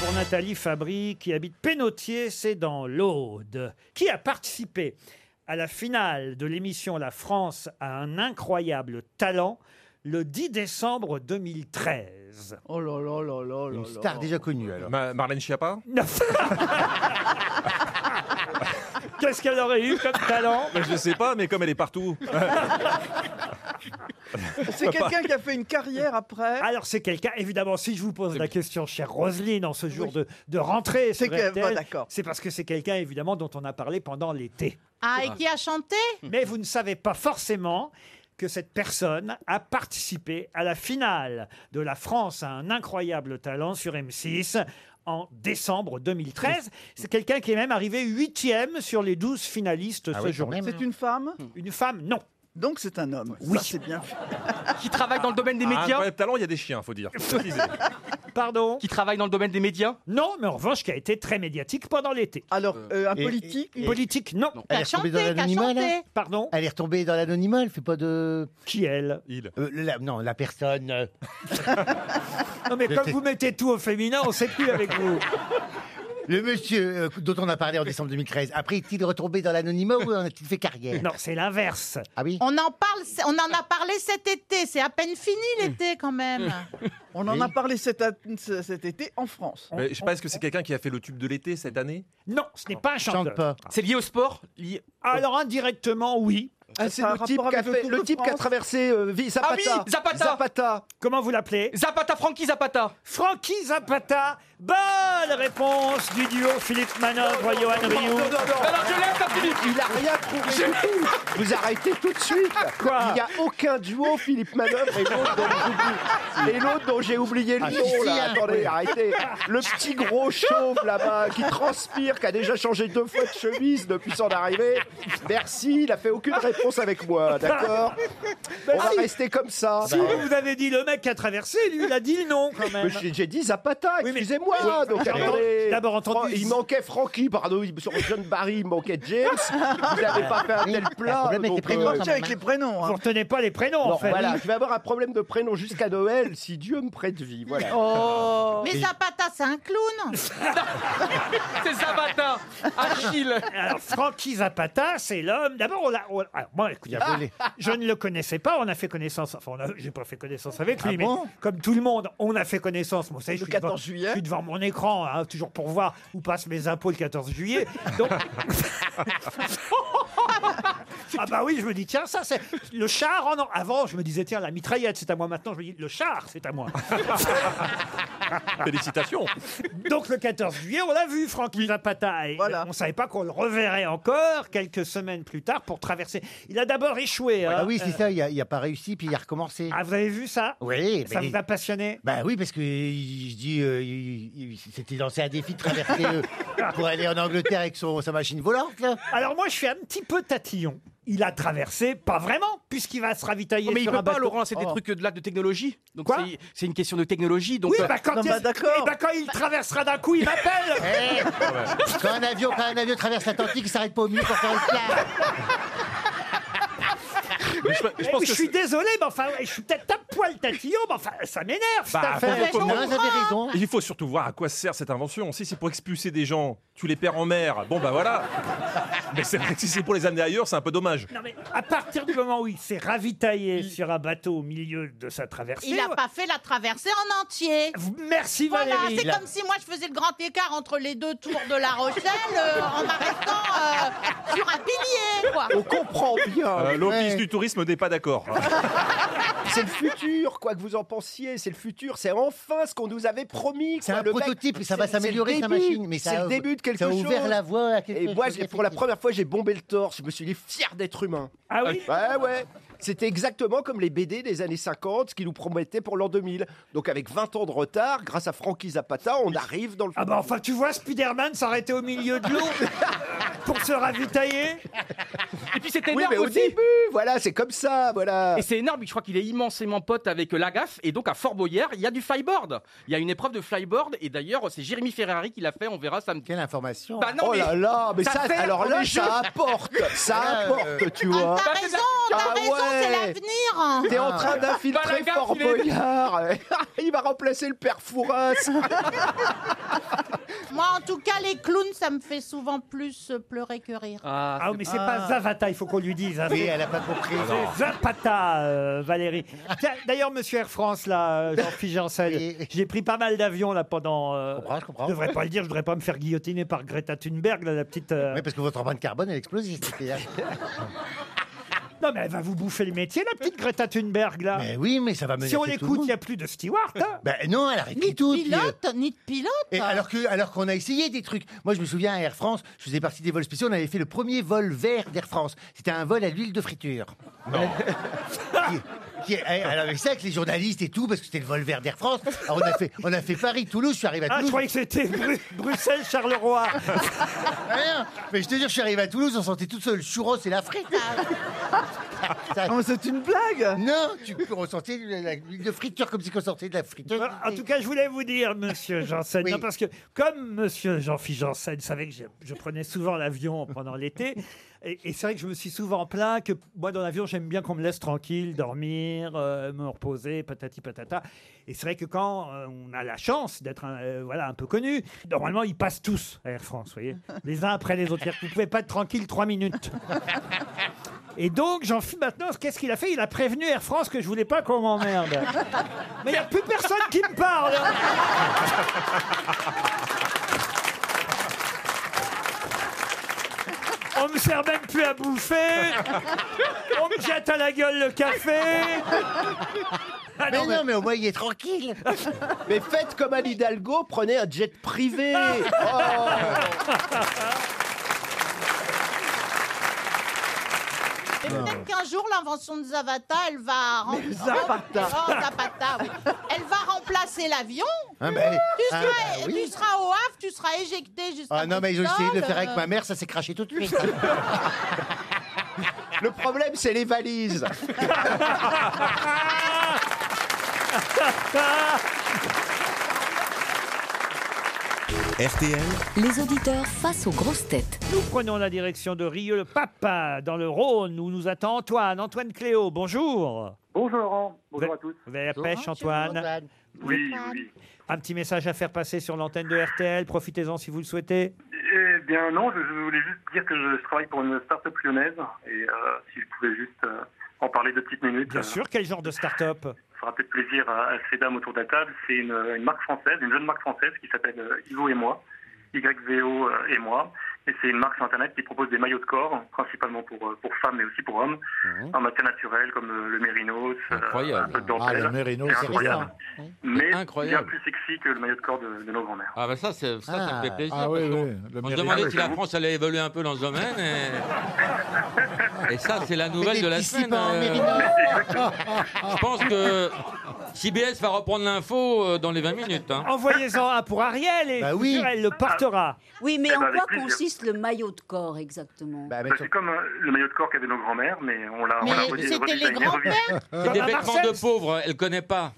Pour Nathalie Fabry, qui habite Pénautier, c'est dans l'Aude, qui a participé à la finale de l'émission La France a un incroyable talent le 10 décembre 2013. Oh là là là là là. Une star déjà connue alors. Ma- Marlène Schiappa Qu'est-ce qu'elle aurait eu comme talent Je sais pas, mais comme elle est partout. Ah, C'est quelqu'un qui a fait une carrière après. Alors c'est quelqu'un, évidemment, si je vous pose la question, chère Roselyne, en ce jour de, de rentrée, C'est sur que- RTL, bah, d'accord. c'est parce que c'est quelqu'un, évidemment, dont on a parlé pendant l'été. Ah, et qui a chanté Mais vous ne savez pas forcément que cette personne a participé à la finale de la France à un incroyable talent sur M6 en décembre 2013. C'est quelqu'un qui est même arrivé huitième sur les 12 finalistes Ah ce jour-là. hein. C'est une femme Une femme, non. Donc c'est un homme. Oui. Ça, c'est bien fait. Qui travaille dans le domaine des Un médias incroyable talent, il y a des chiens, faut Oh. dire. Faut préciser. Pardon Qui travaille dans le domaine des médias Non, mais en revanche, qui a été très médiatique pendant l'été. Alors, euh, un Et- politique et- Politique, non. Elle est retombée dans l'anonymat là Pardon Elle est retombée dans l'anonymat, elle fait pas de. Qui elle Il. Euh, la- Non, la personne. euh, Non, mais comme vous mettez tout au féminin, on sait plus avec vous. Le monsieur euh, dont on a parlé en décembre 2013, après est-il retombé dans l'anonymat ou en a-t-il fait carrière Non, c'est l'inverse. Ah oui On en parle, on en a parlé cet été. C'est à peine fini l'été quand même. On en a parlé cet, a- ce- cet été en France. Mais je sais pas, est-ce que c'est quelqu'un qui a fait le tube de l'été cette année Non, ce n'est pas un chanteur. C'est lié au sport lié- Alors indirectement, oui. Ah, c'est le type, qui a, fait- le type qui a traversé euh, Vi- Ah Zapata. oui, Zapata Zapata. Comment vous l'appelez Zapata, Frankie Zapata Frankie Zapata. Bonne réponse du duo Philippe Manœuvre, Johan Rioux. Alors je lève ta Philippe Il a rien trouvé du tout. Vous arrêtez tout de suite. Quoi Il n'y a aucun duo Philippe Manœuvre et l'autre dont j'oublie- et l'autre dont j'ai oublié le Ah, nom. si, là. hein. Attendez, Oui. arrêtez. Le petit gros chauve là-bas qui transpire, qui a déjà changé deux fois de chemise depuis son arrivée. Merci, il a fait aucune réponse avec moi, d'accord On va rester comme ça. Bah, Bah, Si vous vous avez dit le mec qui a traversé, lui, il a dit le nom quand même. Mais j'ai- J'ai dit Zapata, mais- excusez-moi. Oui, donc j'ai attendez. d'abord entendu- Fran- Il manquait Francky, pardon. il- Sur John Barry, il manquait James. Vous n'avez pas fait un tel Le plat. problème avec donc, les prénoms, euh, quand Tiens, même, avec hein. les prénoms. Vous hein. retenez pas les prénoms non, en fait. voilà, je vais avoir un problème de prénom jusqu'à Noël si Dieu me prête vie. Voilà. Oh Mais Zapata, c'est un clown. C'est Zapata Achille Alors, Frankie Zapata, c'est l'homme. D'abord, on l'a. on- alors, moi, Ah. écoutez, je ne le connaissais pas. On a fait connaissance. Enfin, on a- j'ai pas fait connaissance avec lui, mais comme tout le monde, on a fait connaissance. Moi, vous savez, je Ah Le suis devant- 14 juillet. Je suis devant mon écran, hein, toujours pour voir où passent mes impôts le 14 juillet. Donc. Ah bah oui, je me dis tiens ça c'est le char en or. avant je me disais tiens la mitraillette c'est à moi maintenant je me dis le char c'est à moi. Félicitations. Donc le 14 juillet, on l'a vu, Francky Zapata. Et Voilà. On savait pas qu'on le reverrait encore quelques semaines plus tard pour traverser. Il a d'abord échoué. hein. Ah oui, c'est Euh, ça, il a, il a pas réussi, puis il a recommencé. Ah, vous avez vu ça ben, Oui, Ça mais- vous a passionné Bah oui, parce que il- je dis, euh, il- il s'était lancé un défi de traverser euh, pour aller en Angleterre avec son, sa machine volante. là. Alors moi, je suis un petit peu tatillon. Il a traversé, pas vraiment, puisqu'il va se Oh, ravitailler Mais il sur peut un pas, bateau. Laurent, c'est des Oh. trucs de là de technologie. Donc Quoi c'est- c'est une question de technologie. Donc Oui, euh, bah quand, Non, il... bah, d'accord. eh bah, quand il traversera d'un coup, il m'appelle. Eh, quand, un avion, quand un avion traverse l'Atlantique, il s'arrête pas au milieu pour faire une place. Mais je, je Eh pense oui, que je suis désolé, mais enfin, je suis peut-être un poil tatillon, mais enfin, ça m'énerve Bah, cette affaire. faut- Non, vous avez Ah. raison. c'est- il faut surtout voir à quoi sert cette invention. Si c'est pour expulser des gens, tu les perds en mer, bon bah voilà. Mais c'est vrai que si c'est pour les amener ailleurs, c'est un peu dommage. Non mais à partir du moment où il s'est ravitaillé sur un bateau au milieu de sa traversée, Il n'a pas fait la traversée en entier. Vous- Merci Voilà, Valérie. c'est comme si moi je faisais le grand écart entre les deux tours de La Rochelle euh, en m'arrêtant euh, sur un pilier, quoi. On comprend bien. Euh, L'office Ouais. du tourisme n'est pas d'accord. C'est le futur, quoi que vous en pensiez. C'est le futur. C'est enfin ce qu'on nous avait promis. C'est quoi. un Le mec- prototype, ça va c'est- c'est le s'améliorer sa début. machine. Mais ça c'est a- le début de quelque Ça a chose. ouvert la voie à quelque Et moi, chose, j'ai- pour la effectivement. première fois, j'ai bombé le torse. Je me suis dit, fier d'être humain. Ah oui Ouais, ouais. C'était exactement comme les BD des années 50 qui nous promettaient pour l'an 2000. Donc, avec 20 ans de retard, grâce à Frankie Zapata, on arrive dans le. Ah bah enfin tu vois Spider-Man s'arrêter au milieu de l'eau pour se ravitailler Et puis c'est Oui, énorme mais au aussi. début, voilà, c'est comme ça, voilà. Et c'est énorme, je crois qu'il est immensément pote avec euh, Lagaffe. Et donc à Fort Boyard, il y a du flyboard. Il y a une épreuve de flyboard. Et d'ailleurs, c'est Jérémy Ferrari qui l'a fait. On verra Bah, samedi. Quelle information oh là là, mais ça, alors là, ça apporte, ça apporte, tu vois. T'as raison, t'as Ah raison, c'est ouais. l'avenir. T'es en train d'infiltrer Balagaffe, Fort il est- Boyard. Il va remplacer le père Fouras. Moi, en tout cas, les clowns, ça me fait souvent plus euh, pleurer que rire. Ah, mais c'est Ah. pas Zavata, il faut qu'on lui dise. hein. Oui, elle a pas compris. Alors. C'est Zapata, euh, Valérie. Tiens, D'ailleurs, Monsieur Air France, là, euh, Jean-Philippe Janssen, j'ai pris pas mal d'avions là pendant. euh, Je devrais pas le dire, je devrais pas me faire guillotiner par Greta Thunberg, là, la petite. euh, Oui, parce que votre empreinte carbone, elle explose. ici, c'est là. Non, mais elle va vous bouffer le métier, la petite Greta Thunberg, là. Mais oui, mais ça va menacer Si on tout le l'écoute, il monde. n'y a plus de steward. hein. Ben non, elle arrête Ni de tout. puis, euh, pilote, ni de pilote. Et alors que, alors qu'on a essayé des trucs. Moi, je me souviens à Air France, je faisais partie des vols spéciaux. On avait fait le premier vol vert d'Air France. C'était un vol à l'huile de friture. Non. qui, qui- alors avec ça, avec les journalistes et tout, parce que c'était le vol vert d'Air France. Alors on a fait, on a fait Paris, Toulouse. Je suis arrivé à Ah, Toulouse. je croyais que c'était Bru- Bruxelles, Charleroi. Rien. Mais je te jure, je suis arrivé à Toulouse, on sentait tout seul le churros et la frite. Oh, c'est une blague Non, tu peux ressentir la- Ah la- l'huile de friture comme si on sortait de la friture. En tout cas, je voulais vous dire, monsieur Janssen, Oui. non, parce que comme monsieur Jean-Philippe Janssen savait que je, je prenais souvent l'avion pendant l'été, et, et c'est vrai que je me suis souvent plaint que moi, dans l'avion, j'aime bien qu'on me laisse tranquille, dormir, euh, me reposer, patati patata. Et c'est vrai que quand euh, on a la chance d'être un, euh, voilà, un peu connu, normalement, ils passent tous à Air France, vous voyez, les uns après les autres. C'est-à-dire que Vous pouvez pas être tranquille trois minutes. Et donc, j'en suis maintenant, qu'est-ce qu'il a fait Il a prévenu Air France que je voulais pas qu'on m'emmerde. Mais il n'y a plus personne qui me parle On me sert même plus à bouffer On me jette à la gueule le café mais, Ah, non, mais au moins, il est tranquille. Mais faites comme à Hidalgo, prenez un jet privé. Oh. Ah, Et peut-être qu'un jour, l'invention de Zavata, elle va remplacer. Zapata. Zapata, oui. Elle va remplacer l'avion. Ah, mais- tu, ah, seras, bah oui. tu seras au Havre, tu seras éjecté jusqu'à. Ah non, mais ils ont Bruxelles, essayé de le faire avec euh, ma mère, ça s'est craché tout de suite. Le problème, c'est les valises. RTL, Les auditeurs face aux grosses têtes. Nous prenons la direction de Rieux-le-Papa, dans le Rhône, où nous attend Antoine. Antoine Cléo, bonjour Bonjour Laurent, bonjour Vous- à tous. Vous avez la pêche, Antoine Oui, oui. Un petit message à faire passer sur l'antenne de RTL, profitez-en si vous le souhaitez. Eh bien non, je, je voulais juste dire que je, je travaille pour une start-up lyonnaise et euh, si je pouvais juste euh, en parler deux petites minutes. euh, Bien sûr, quel genre de start-up Ça fera peut-être plaisir à, à ces dames autour de la table. C'est une, une marque française, une jeune marque française qui s'appelle euh, Ivo et moi, YVO euh, et moi. Et c'est une marque sur Internet qui propose des maillots de corps, principalement pour, euh, pour femmes mais aussi pour hommes, en matière naturelle comme euh, le mérinos, euh, Incroyable. un peu de dentelle. Ah, le mérinos, C'est c'est incroyable. Mais bien Incroyable. plus sexy que le maillot de corps de, de nos grands-mères. Ah bah ça, c'est- ça, ça Ah. me fait plaisir. Ah parce oui, qu'on- oui, le On se mérite. demandait si la France allait évoluer un peu dans ce domaine. Et, et ça, c'est la nouvelle de la semaine. euh. Je pense que CBS va reprendre l'info euh, dans les 20 minutes. hein. Envoyez-en un pour Ariel Bah Bah et je vous jure, elle le portera. Oui, mais Eh en ben, avec quoi plaisir. consiste le maillot de corps exactement Bah, c'est comme euh, le maillot de corps qu'avaient nos grands-mères, mais on l'a on Mais l'a redé- c'était les redesigné, grands-mères. revisité. C'est des vêtements de pauvres, elle connaît pas.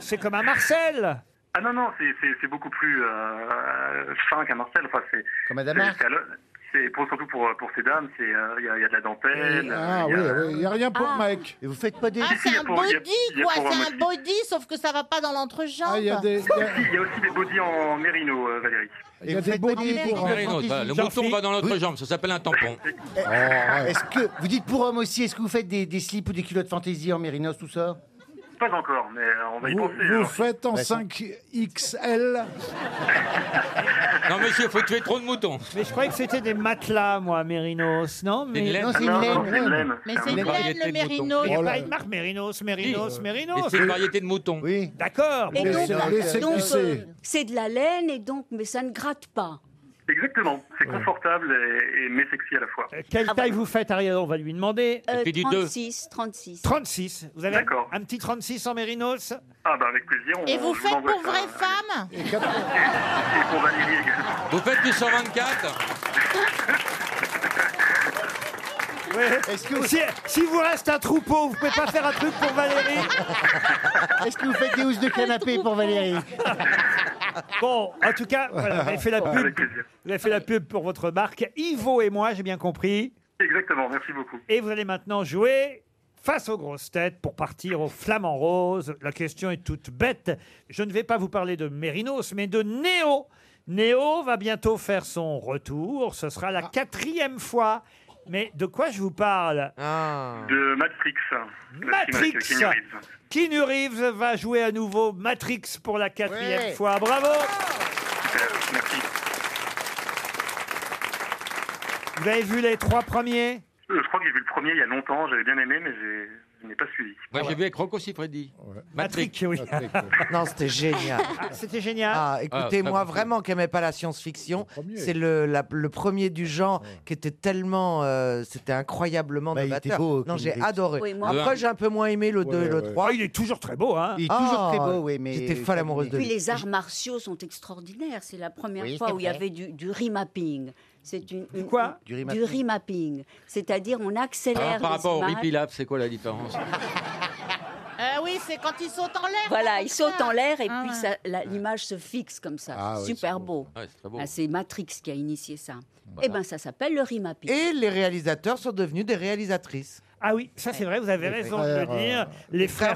C'est comme à Marcel. Ah non, non, c'est- c'est c'est beaucoup plus euh, fin qu'un Marcel. Enfin, c'est. Comme c'est- c'est à l'heure- C'est pour, surtout pour, pour ces dames, c'est, euh, il y, a- il y a de la dentelle. euh, Ah il oui, y a- oui, il n'y a rien pour Ah. Mike. Et vous faites pas des... Ah, c'est un pour- il y a- body, il y a quoi. pour C'est un hommes body, sauf que ça va pas dans l'entrejambe. Ah, Si, Il y a aussi des bodies en mérino, euh, Valérie. Et vous faites pas des- des- des- Mérino, ça, le mouton va dans l'autre jambe, ça s'appelle un tampon. Est-ce que vous dites pour hommes aussi Est-ce que vous faites des, des slips ou des culottes fantaisie en mérinos, tout ça Pas encore, mais euh, on va y Vous, penser. vous alors. faites Bah, en 5XL Non, monsieur, faut tuer trop de moutons. Mais je croyais que c'était des matelas, moi, Mérinos, non C'est une mais... laine. Non, c'est une Non, laine, c'est une laine. laine. Mais C'est c'est une une variété laine, de le mouton. Mérinos. Il n'y a Oh là. pas une marque Mérinos, Mérinos, Mérinos. Mais c'est une variété de moutons. Oui. D'accord. Et bon, donc, c'est- euh, donc, euh, c'est de la laine et donc, mais ça ne gratte pas. Exactement, c'est confortable et, et- mais sexy à la fois. Quelle taille vous faites, Ariel On va lui demander. Euh, 36, 36. 36. Vous avez un- D'accord. un petit 36 en Mérinos Ah bah avec plaisir. On, Et vous on faites envoie pour ça. vraies femmes Et pour Valérie également. Vous faites du 124 Est-ce que vous- si, si vous reste un troupeau, vous pouvez pas faire un truc pour Valérie Est-ce que vous faites des housses de canapé pour Valérie Bon, en tout cas, voilà, vous avez fait la Avec pub. Vous avez fait la pub pour votre marque. Ivo et moi, j'ai bien compris. Exactement, merci beaucoup. Et vous allez maintenant jouer face aux grosses têtes pour partir au Flamand Rose. La question est toute bête. Je ne vais pas vous parler de Mérinos, mais de Néo. Néo va bientôt faire son retour. Ce sera Ah. la quatrième fois. Mais de quoi je vous parle Ah. Ah. De Matrix. Matrix Le film avec Keanu Reeves. Keanu Reeves va jouer à nouveau Matrix pour la quatrième Ouais. fois. Bravo Vous avez vu les trois premiers Euh, Je crois que j'ai vu le premier il y a longtemps, j'avais bien aimé, mais j'ai- je n'ai pas suivi. Moi, Bah, j'ai vu avec Rocco Siffredi. Matrix, oui. Non, c'était génial. Ah, C'était génial. Ah, écoutez, moi, vraiment, qui n'aimais pas la science-fiction, c'est le, la- le premier du genre qui était tellement. euh, c'était incroyablement Bah, il novateur. était beau, non, Keanu j'ai Reeves. adoré. Oui, moi Après, aussi. j'ai un peu moins aimé le 2 et Ouais, le ouais. 3. Ah, il est toujours très beau, hein Il est toujours très beau, oui, mais- Ah, euh, J'étais folle amoureuse de Puis lui. les arts martiaux sont extraordinaires. C'est la première Oui, fois c'est où il y vrai. avait du, du remapping. C'est une, une- quoi Du Du remapping. remapping. C'est-à-dire on accélère Hein, Ah, par les rapport au images. Ripilap, c'est quoi la différence Euh, oui, c'est quand ils sautent en l'air. Voilà, ils il saute en l'air et Ah, puis ouais. ça- la- l'image se fixe comme ça. Ah, C'est ouais, super beau. Ouais, c'est très beau. Ah, C'est Matrix qui a initié ça. Voilà. Eh ben, ça s'appelle le remapping. Et les réalisateurs sont devenus des réalisatrices. Ah oui, ça c'est vrai, vous avez raison de le dire. euh, Les frères,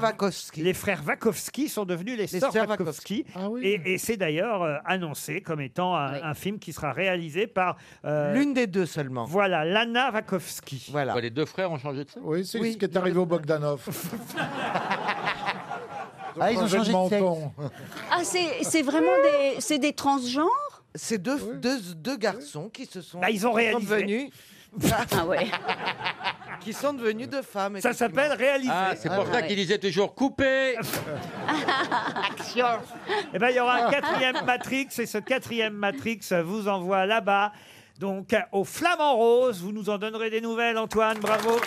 les frères Wachowski sont devenus les, sœurs sœurs Wachowski. Ah Et, et c'est d'ailleurs euh, annoncé comme étant un, un film qui sera réalisé par. L'une des deux seulement. Voilà, Lana Wachowski. Voilà. les deux frères ont changé de sexe Oui, c'est ce qui est arrivé au Bogdanov. Ah, ils ont changé de sexe. menton. Ah, c'est c'est vraiment des, c'est des transgenres C'est deux, deux, deux garçons qui se sont, Bah, ils ont qui sont réalisé. devenus. Ah ouais. qui sont devenus deux femmes. Ça effectivement. s'appelle réaliser. Euh, Ah, c'est pour ça qu'il disait toujours couper Action Eh ben, il y aura un quatrième Matrix et ce quatrième Matrix vous envoie là-bas. Donc, euh, au Flamand Rose, vous nous en donnerez des nouvelles, Antoine, bravo.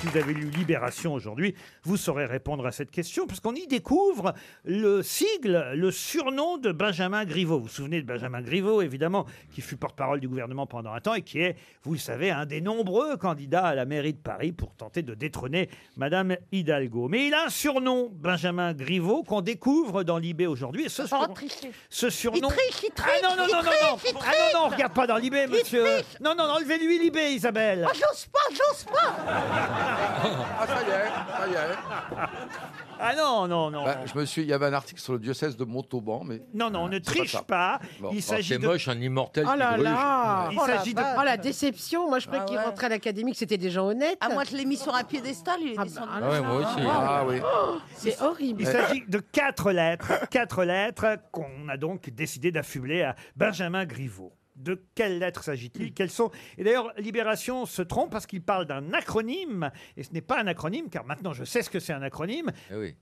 Si vous avez lu Libération aujourd'hui, vous saurez répondre à cette question, puisqu'on y découvre le sigle, le surnom de Benjamin Griveaux. Vous vous souvenez de Benjamin Griveaux, évidemment, qui fut porte-parole du gouvernement pendant un temps et qui est, vous le savez, un des nombreux candidats à la mairie de Paris pour tenter de détrôner Madame Hidalgo. Mais il a un surnom, Benjamin Griveaux, qu'on découvre dans Libé aujourd'hui. Et ce, surnom- ce surnom. triche, Oh, il triche, ah non, non, il non, non, non. triche, il Ah non, non, triche. regarde pas dans Libé, monsieur. Non, non, enlevez-lui Libé, Isabelle. Ah, j'ose pas, j'ose pas Ah, ça y est, ça y est. Ah non, non, non. Bah, je me suis, il y avait un article sur le diocèse de Montauban, mais. Non, non, on ne C'est pas triche ça. pas. Bon. Il Oh, s'agit c'est de... moche, un immortel Oh là Ah, là Il oh la, s'agit de... vache. Oh, la déception Moi, je croyais qu'ils rentraient à l'académie, que c'était des gens honnêtes. Ah, moi, je l'ai mis sur un piédestal, il est descendu. bah. Ah ouais, moi aussi. Ah oui. Oh. C'est horrible. Il s'agit de quatre lettres, quatre lettres qu'on a donc décidé d'affubler à Benjamin Griveaux. De quelles lettres s'agit-il Quelles sont Et d'ailleurs, Libération se trompe parce qu'il parle d'un acronyme, et ce n'est pas un acronyme, car maintenant je sais ce que c'est un acronyme.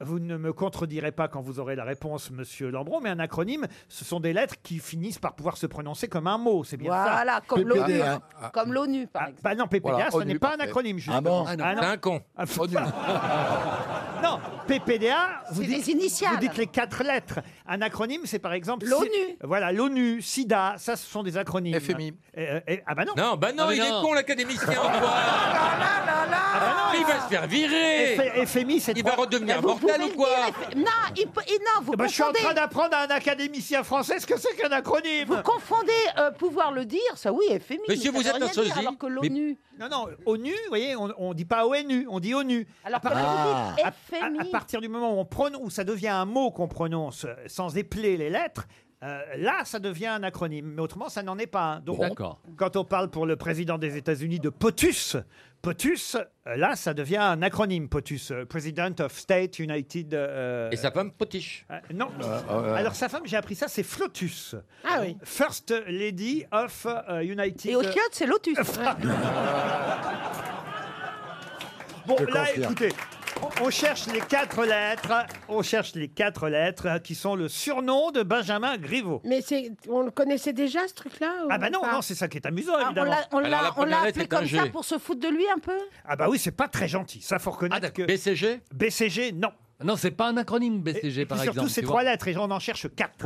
Vous ne me contredirez pas quand vous aurez la réponse, Monsieur Lambron, mais un acronyme, ce sont des lettres qui finissent par pouvoir se prononcer comme un mot, c'est bien ça. Voilà, comme l'ONU. hein. Ah, ah, Comme l'ONU, par exemple. Bah non, PPDA, Voilà, ce ONU, n'est pas un parfait. acronyme, justement. Ah bon Ah non. non. T'es un con. non, PPDA, vous C'est dites, des initiales. vous dites les quatre lettres. Un acronyme, c'est par exemple... L'ONU. si- Voilà, l'ONU, SIDA, ça, ce sont des acronymes. FMI. Euh, euh, ah bah non. bah Non, bah non, il est con l'académicien Antoine Ah, Il va se faire virer F- FMI, c'est Il va Eh, redevenir mortel ou quoi Non, il peut- et non, vous Bah, je suis en confondez. train d'apprendre à un académicien français ce que c'est qu'un acronyme. Vous confondez euh, pouvoir le dire, ça oui, FMI. mais Monsieur, ça vous veut êtes un rien dire, sosie, Alors que mais- l'ONU. Non, non, ONU, vous voyez, on ne dit pas ONU, on dit ONU. Alors par- que là, vous dites à- FMI. à- à partir du moment où, on prononce, où ça devient un mot qu'on prononce euh, sans épeler les lettres, euh, là, ça devient un acronyme. Mais autrement, ça n'en est pas un. Donc, D'accord. quand on parle pour le président des États-Unis de POTUS, POTUS, euh, là, ça devient un acronyme, POTUS, euh, President of State United. euh, Et sa femme potiche. euh, non. euh, Alors sa femme, j'ai appris ça, c'est Flotus. Ah oui. First Lady of euh, United. euh, Et au chiottes, c'est Lotus. Bon, Je là, confirme. écoutez, on- on cherche les quatre lettres. On cherche les quatre lettres euh, qui sont le surnom de Benjamin Griveaux. Mais c'est, on le connaissait déjà ce truc-là ou Ah bah non, pas non, c'est ça qui est amusant, Ah, on évidemment. l'a- on l'a- on l'a appelé comme ça pour se foutre de lui un peu Ah bah oui, c'est pas très gentil, ça faut Ah, reconnaître que... BCG BCG, non. Non, c'est pas un acronyme, BCG, Et puis par surtout, exemple. c'est tu trois vois. lettres et on en cherche quatre.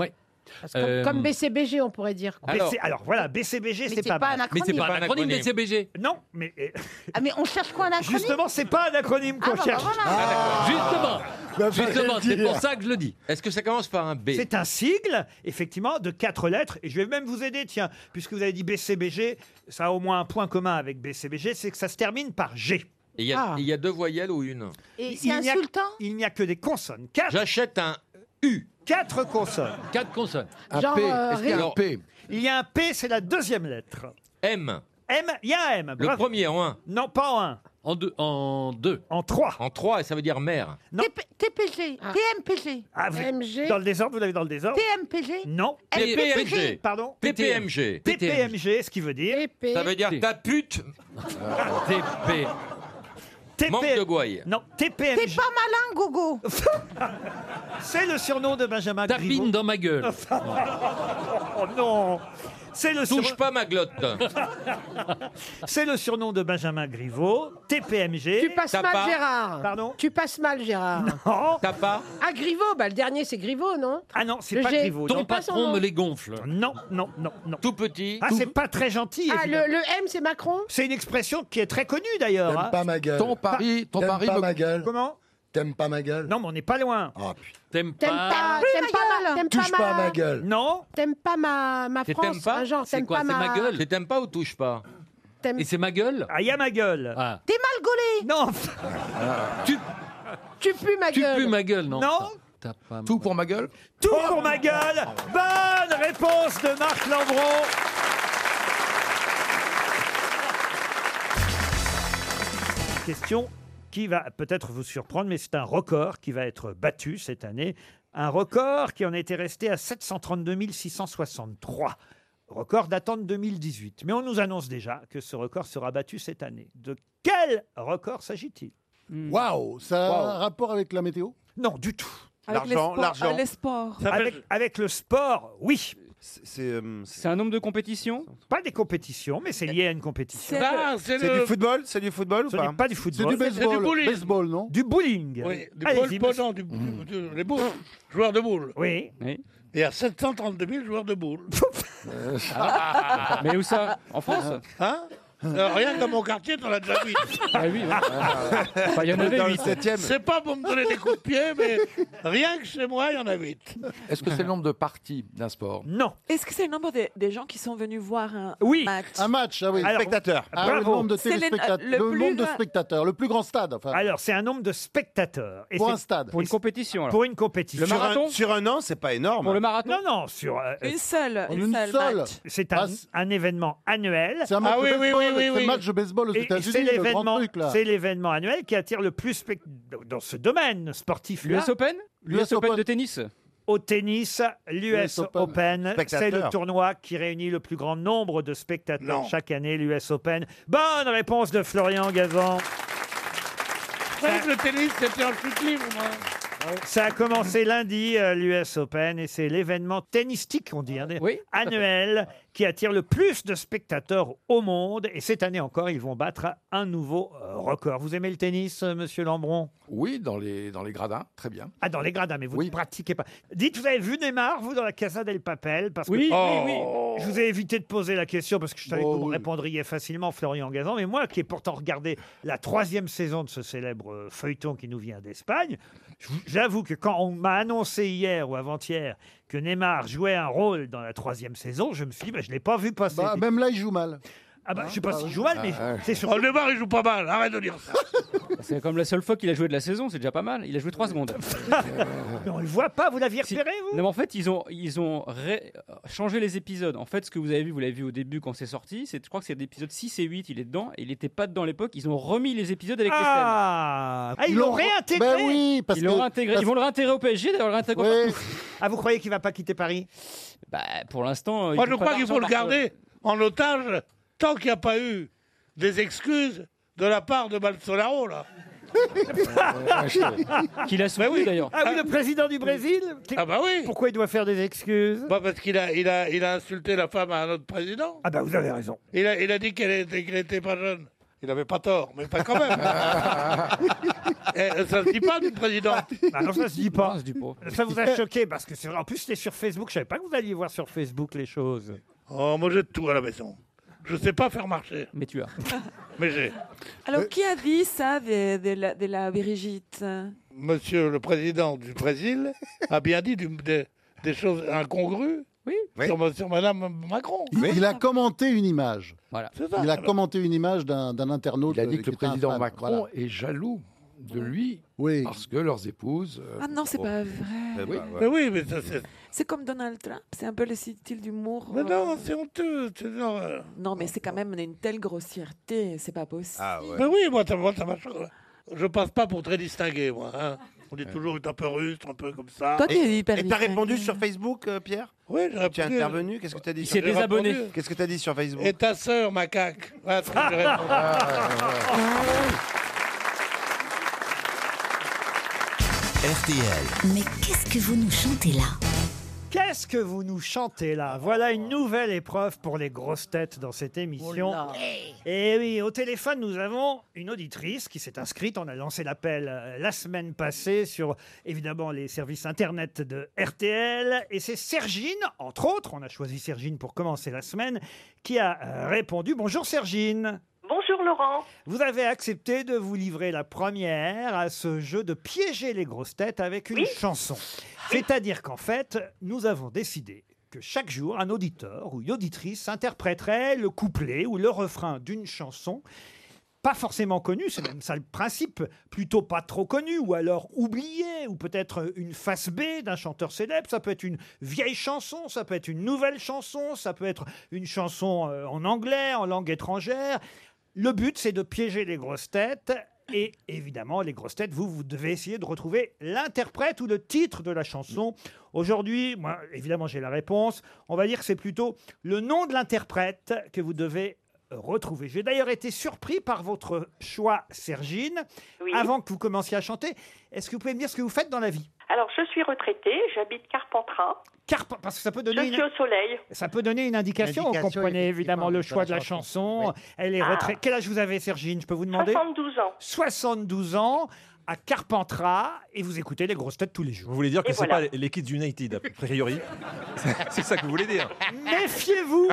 Comme, Euh, comme BCBG, on pourrait dire. quoi. BC alors voilà, BCBG, Mais c'est c'est pas, pas mal. anacronyme. Mais c'est pas un acronyme, BCBG. Non, mais. euh, Ah, mais on cherche quoi, un acronyme Justement, c'est pas un acronyme Ah, qu'on bah, cherche. voilà. Ah, Bah, Bah, Justement, c'est pour ça que je le dis. Est-ce que ça commence par un B C'est un sigle, effectivement, de quatre lettres. Et je vais même vous aider, tiens, puisque vous avez dit BCBG, ça a au moins un point commun avec BCBG, c'est que ça se termine par G. Et il y, a- il y a deux voyelles ou une Ah. Et Il n'y a- Il n'y a que des consonnes. J'achète un U. Quatre consonnes. Quatre consonnes. Un Genre, P. euh, Est-ce qu'il y a un ré- P Il y a un P, c'est la deuxième lettre. M. M, il y a un M. Le bravo. premier en un. Non, pas en un. En deux. En deux. En trois. En trois, et ça veut dire mère. TP- TPG, TMPG, Ah, vous- Dans le désordre, vous l'avez dans le désordre TMPG. Non. P- PMG. Pardon PPMG. TPMG, ce qui veut dire. Ça veut dire ta pute. TP. Manque de gouaille. Non, TPMG. T'es pas malin, Gogo. C'est le surnom de Benjamin Tapine dans ma gueule. oh non c'est le Touche surnom- pas ma glotte. Ah. C'est le surnom de Benjamin Griveaux, TPMG. Tu passes mal, Gérard. Pardon Tu passes mal, Gérard. Non. T'as pas Ah, Griveau, bah, le dernier, c'est Griveau, non Ah non, c'est Le pas G. Griveaux. Ton non. patron Pas son me nom. les gonfle. Non, non, non, non. Tout petit. Ah, c'est pas très gentil. Ah, évidemment. le, le M, c'est Macron C'est une expression qui est très connue d'ailleurs. T'aimes hein. pas ma gueule. Ton pari- ton T'aimes pari pas me- ma gueule. Comment T'aimes pas ma gueule Ah, Non, mais on n'est pas loin. T'aimes T'aimes Ah. pas, t'aimes pas, ma- t'aimes Touche pas à ma ma gueule. Non. T'aimes pas ma, ma C'est France, t'aimes pas un genre, C'est t'aimes quoi pas C'est ma... ma gueule C'est t'aimes pas ou touche pas T'aimes- Et c'est ma gueule Ah, il y a ma gueule. T'es mal gaulé Non Tu Tu pues ma gueule pues ma gueule, non Non Tout pour ma gueule Tout pour ma gueule Bonne réponse de Marc Lambron Question qui va peut-être vous surprendre, mais c'est un record qui va être battu cette année. Un record qui en était resté à 732 663. Record datant de 2018. Mais on nous annonce déjà que ce record sera battu cette année. De quel record s'agit-il Waouh, ça a un rapport avec la météo Non, du tout. Avec les L'argent, sports- l'argent. euh, les sports. Ça Avec, fait- avec le sport, oui. C'est un nombre de compétitions Pas des compétitions, mais c'est lié à une compétition. C'est Bah, le- c'est C'est du football C'est du football ou Ce pas n'est pas du football. C'est du baseball. du bowling. baseball, non Du bowling. Oui, du Allez-y, ball- monsieur. non, du- du- les boules, joueurs de boules. Oui. Il y a 732 000 joueurs de boules. Euh. Mais où ça En France Hein Euh, Rien que dans mon quartier, t'en as déjà vu. Ah oui, ouais. Enfin, il y en avait Dans le huit. septième. C'est pas pour me donner des coups de pied, mais euh, rien que chez moi, il y en a 8. Est-ce que c'est le nombre de parties d'un sport Non. Est-ce que c'est le nombre de- des gens qui sont venus voir un oui. match Un match, ah oui. Alors, spectateurs. Ah, bravo. le nombre de C'est le- téléspectateurs. le Le, plus- nombre de spectateurs. Le plus grand stade. Enfin, Alors, c'est un nombre de spectateurs. Et Pour c'est- un stade. Pour une compétition, Pour une compétition. sur, un, sur un an, c'est pas énorme. Pour le marathon Non, non, sur... euh, Une seule. En une seule. match. C'est un, un événement annuel. C'est un match Ah de oui, oui, baseball, oui, oui, c'est un oui. match de baseball aux Et États-Unis, c'est le grand l'événement- truc, là. C'est l'événement annuel qui attire le plus spect- dans ce domaine sportif. L'US Open L'US Open de tennis au tennis, l'US US Open. Open, c'est Spectateurs. le tournoi qui réunit le plus grand nombre de spectateurs Non. chaque année, l'US Open. Bonne réponse de Florian Gazan. Je croyais que le tennis, c'était un chute libre, moi. Ça a commencé lundi, euh, l'US Open, et c'est l'événement tennistique, on dit, hein, des- annuel, qui attire le plus de spectateurs au monde. Et cette année encore, ils vont battre un nouveau euh, record. Vous aimez le tennis, euh, monsieur Lambron Oui, dans les, dans les gradins, très bien. Ah, dans les gradins, mais vous ne pratiquez pas. Dites, vous avez vu Neymar, vous, dans la Casa del Papel parce que- Oui, oui, Oh. Je vous ai évité de poser la question parce que je savais que Oh, vous me répondriez facilement, Florian Gazan. Mais moi, qui ai pourtant regardé la troisième saison de ce célèbre euh, feuilleton qui nous vient d'Espagne, je vous- j'avoue que quand on m'a annoncé hier ou avant-hier que Neymar jouait un rôle dans la troisième saison, je me suis dit, bah, je ne l'ai pas vu passer. Bah, même là, il joue mal. Ah bah, je sais pas s'il joue mal, mais Ah, ouais. c'est sûr. Oh, le bar, il joue pas mal. Arrête de dire ça. C'est comme la seule fois qu'il a joué de la saison, c'est déjà pas mal. Il a joué 3 secondes. Mais on le voit pas, vous l'aviez repéré, vous Non, mais en fait, ils ont, ils ont ré- euh, changé les épisodes. En fait, ce que vous avez vu, vous l'avez vu au début quand c'est sorti. C'est, je crois que c'est l'épisode 6 et 8, il est dedans. Et il n'était pas dedans à l'époque. Ils ont remis les épisodes avec Ah, les scènes. ils l'ont réintégré Ben oui, parce ils, l'ont que- réintégré. parce- ils vont le réintégrer au PSG, d'ailleurs, le réintégrer Ouais. partout. Ah, vous croyez qu'il va pas quitter Paris Bah, pour l'instant. euh, Moi, ils je ont pas crois qu'il d'argent faut le par- garder en otage tant qu'il n'y a pas eu des excuses de la part de Bolsonaro, là. Qu'il a soutenu, oui. d'ailleurs. Ah oui, le président du Brésil Ah bah oui. Pourquoi il doit faire des excuses Bah, parce qu'il a, il a, il a insulté la femme à un autre président. Ah bah vous avez raison. Il a, il a dit qu'elle était- qu'elle n'était pas jeune. Il n'avait pas tort, mais pas quand même. Eh, ça ne se dit pas du président. Ah non, ça se dit pas. pas. Ça vous a choqué parce que c'est vrai. En plus, c'était sur Facebook. Je savais pas que vous alliez voir sur Facebook les choses. Oh, moi j'ai de tout à la maison. Je ne sais pas faire marcher. Mais tu as. Mais j'ai. Euh, Alors, qui a dit ça de, de la, de la Brigitte Euh, Monsieur le président du Brésil a bien dit du- des, des choses incongrues sur, ma- sur Madame Macron. Il, il a commenté une image. C'est ça. Il a Alors- commenté une image d'un d'un internaute. Il a dit que le président Macron est jaloux de lui. Parce que leurs épouses. euh, Ah non, oh. c'est bon. ben, pas vrai. oui. Mais oui, mais ça c'est. C'est comme Donald Trump, c'est un peu le style d'humour. Mais euh, non, c'est honteux. c'est une euh. horreur. Non, mais c'est quand même une telle grossièreté, c'est pas possible. Ah, Ah Mais oui, moi, ça, moi, ça m'a choqué. Je passe pas pour très distingué, moi. hein. On est toujours un peu rustre, un peu comme ça. Toi, t'es Et- hyper et t'as distingué. répondu sur Facebook, euh, Pierre Oui, j'ai Tu es répondu. intervenu Qu'est-ce que tu as dit Il sur s'est désabonné. Facebook Qu'est-ce que tu as dit sur Facebook Ah, Et ta sœur, macaque. Voilà ce que j'ai répondu. RTL. Mais qu'est-ce que vous nous chantez là Qu'est-ce que vous nous chantez là Voilà une nouvelle épreuve pour les grosses têtes dans cette émission. Et oui, au téléphone, nous avons une auditrice qui s'est inscrite. On a lancé l'appel euh, la semaine passée sur, évidemment, les services Internet de RTL. Et c'est Sergine, entre autres, on a choisi Sergine pour commencer la semaine, qui a euh, répondu. Bonjour Sergine Bonjour Laurent. Vous avez accepté de vous livrer la première à ce jeu de piéger les grosses têtes avec une chanson. C'est-à-dire qu'en fait, nous avons décidé que chaque jour, un auditeur ou une auditrice interpréterait le couplet ou le refrain d'une chanson. Pas forcément connue, c'est même ça le principe, plutôt pas trop connue, ou alors oubliée, ou peut-être une face B d'un chanteur célèbre, ça peut être une vieille chanson, ça peut être une nouvelle chanson, ça peut être une chanson euh, en anglais, en langue étrangère. Le but, c'est de piéger les grosses têtes. Et évidemment, les grosses têtes, vous, vous devez essayer de retrouver l'interprète ou le titre de la chanson. Aujourd'hui, moi, évidemment, j'ai la réponse. On va dire que c'est plutôt le nom de l'interprète que vous devez euh, retrouver. J'ai d'ailleurs été surpris par votre choix, Sergine. Avant que vous commenciez à chanter, est-ce que vous pouvez me dire ce que vous faites dans la vie Alors je suis retraitée, j'habite Carpentras. Carpe- Parce que ça peut Je donner... une- suis au soleil. Ça peut donner une indication. Vous Indication, comprenez évidemment le dans choix la de la chanson. Elle est Ah. retraitée. Quel âge vous avez, Sergine Je peux vous demander 72 ans. 72 ans à Carpentras et vous écoutez les grosses têtes tous les jours. Vous voulez dire que Et c'est voilà. pas les Kids United, a priori C'est ça que vous voulez dire Méfiez-vous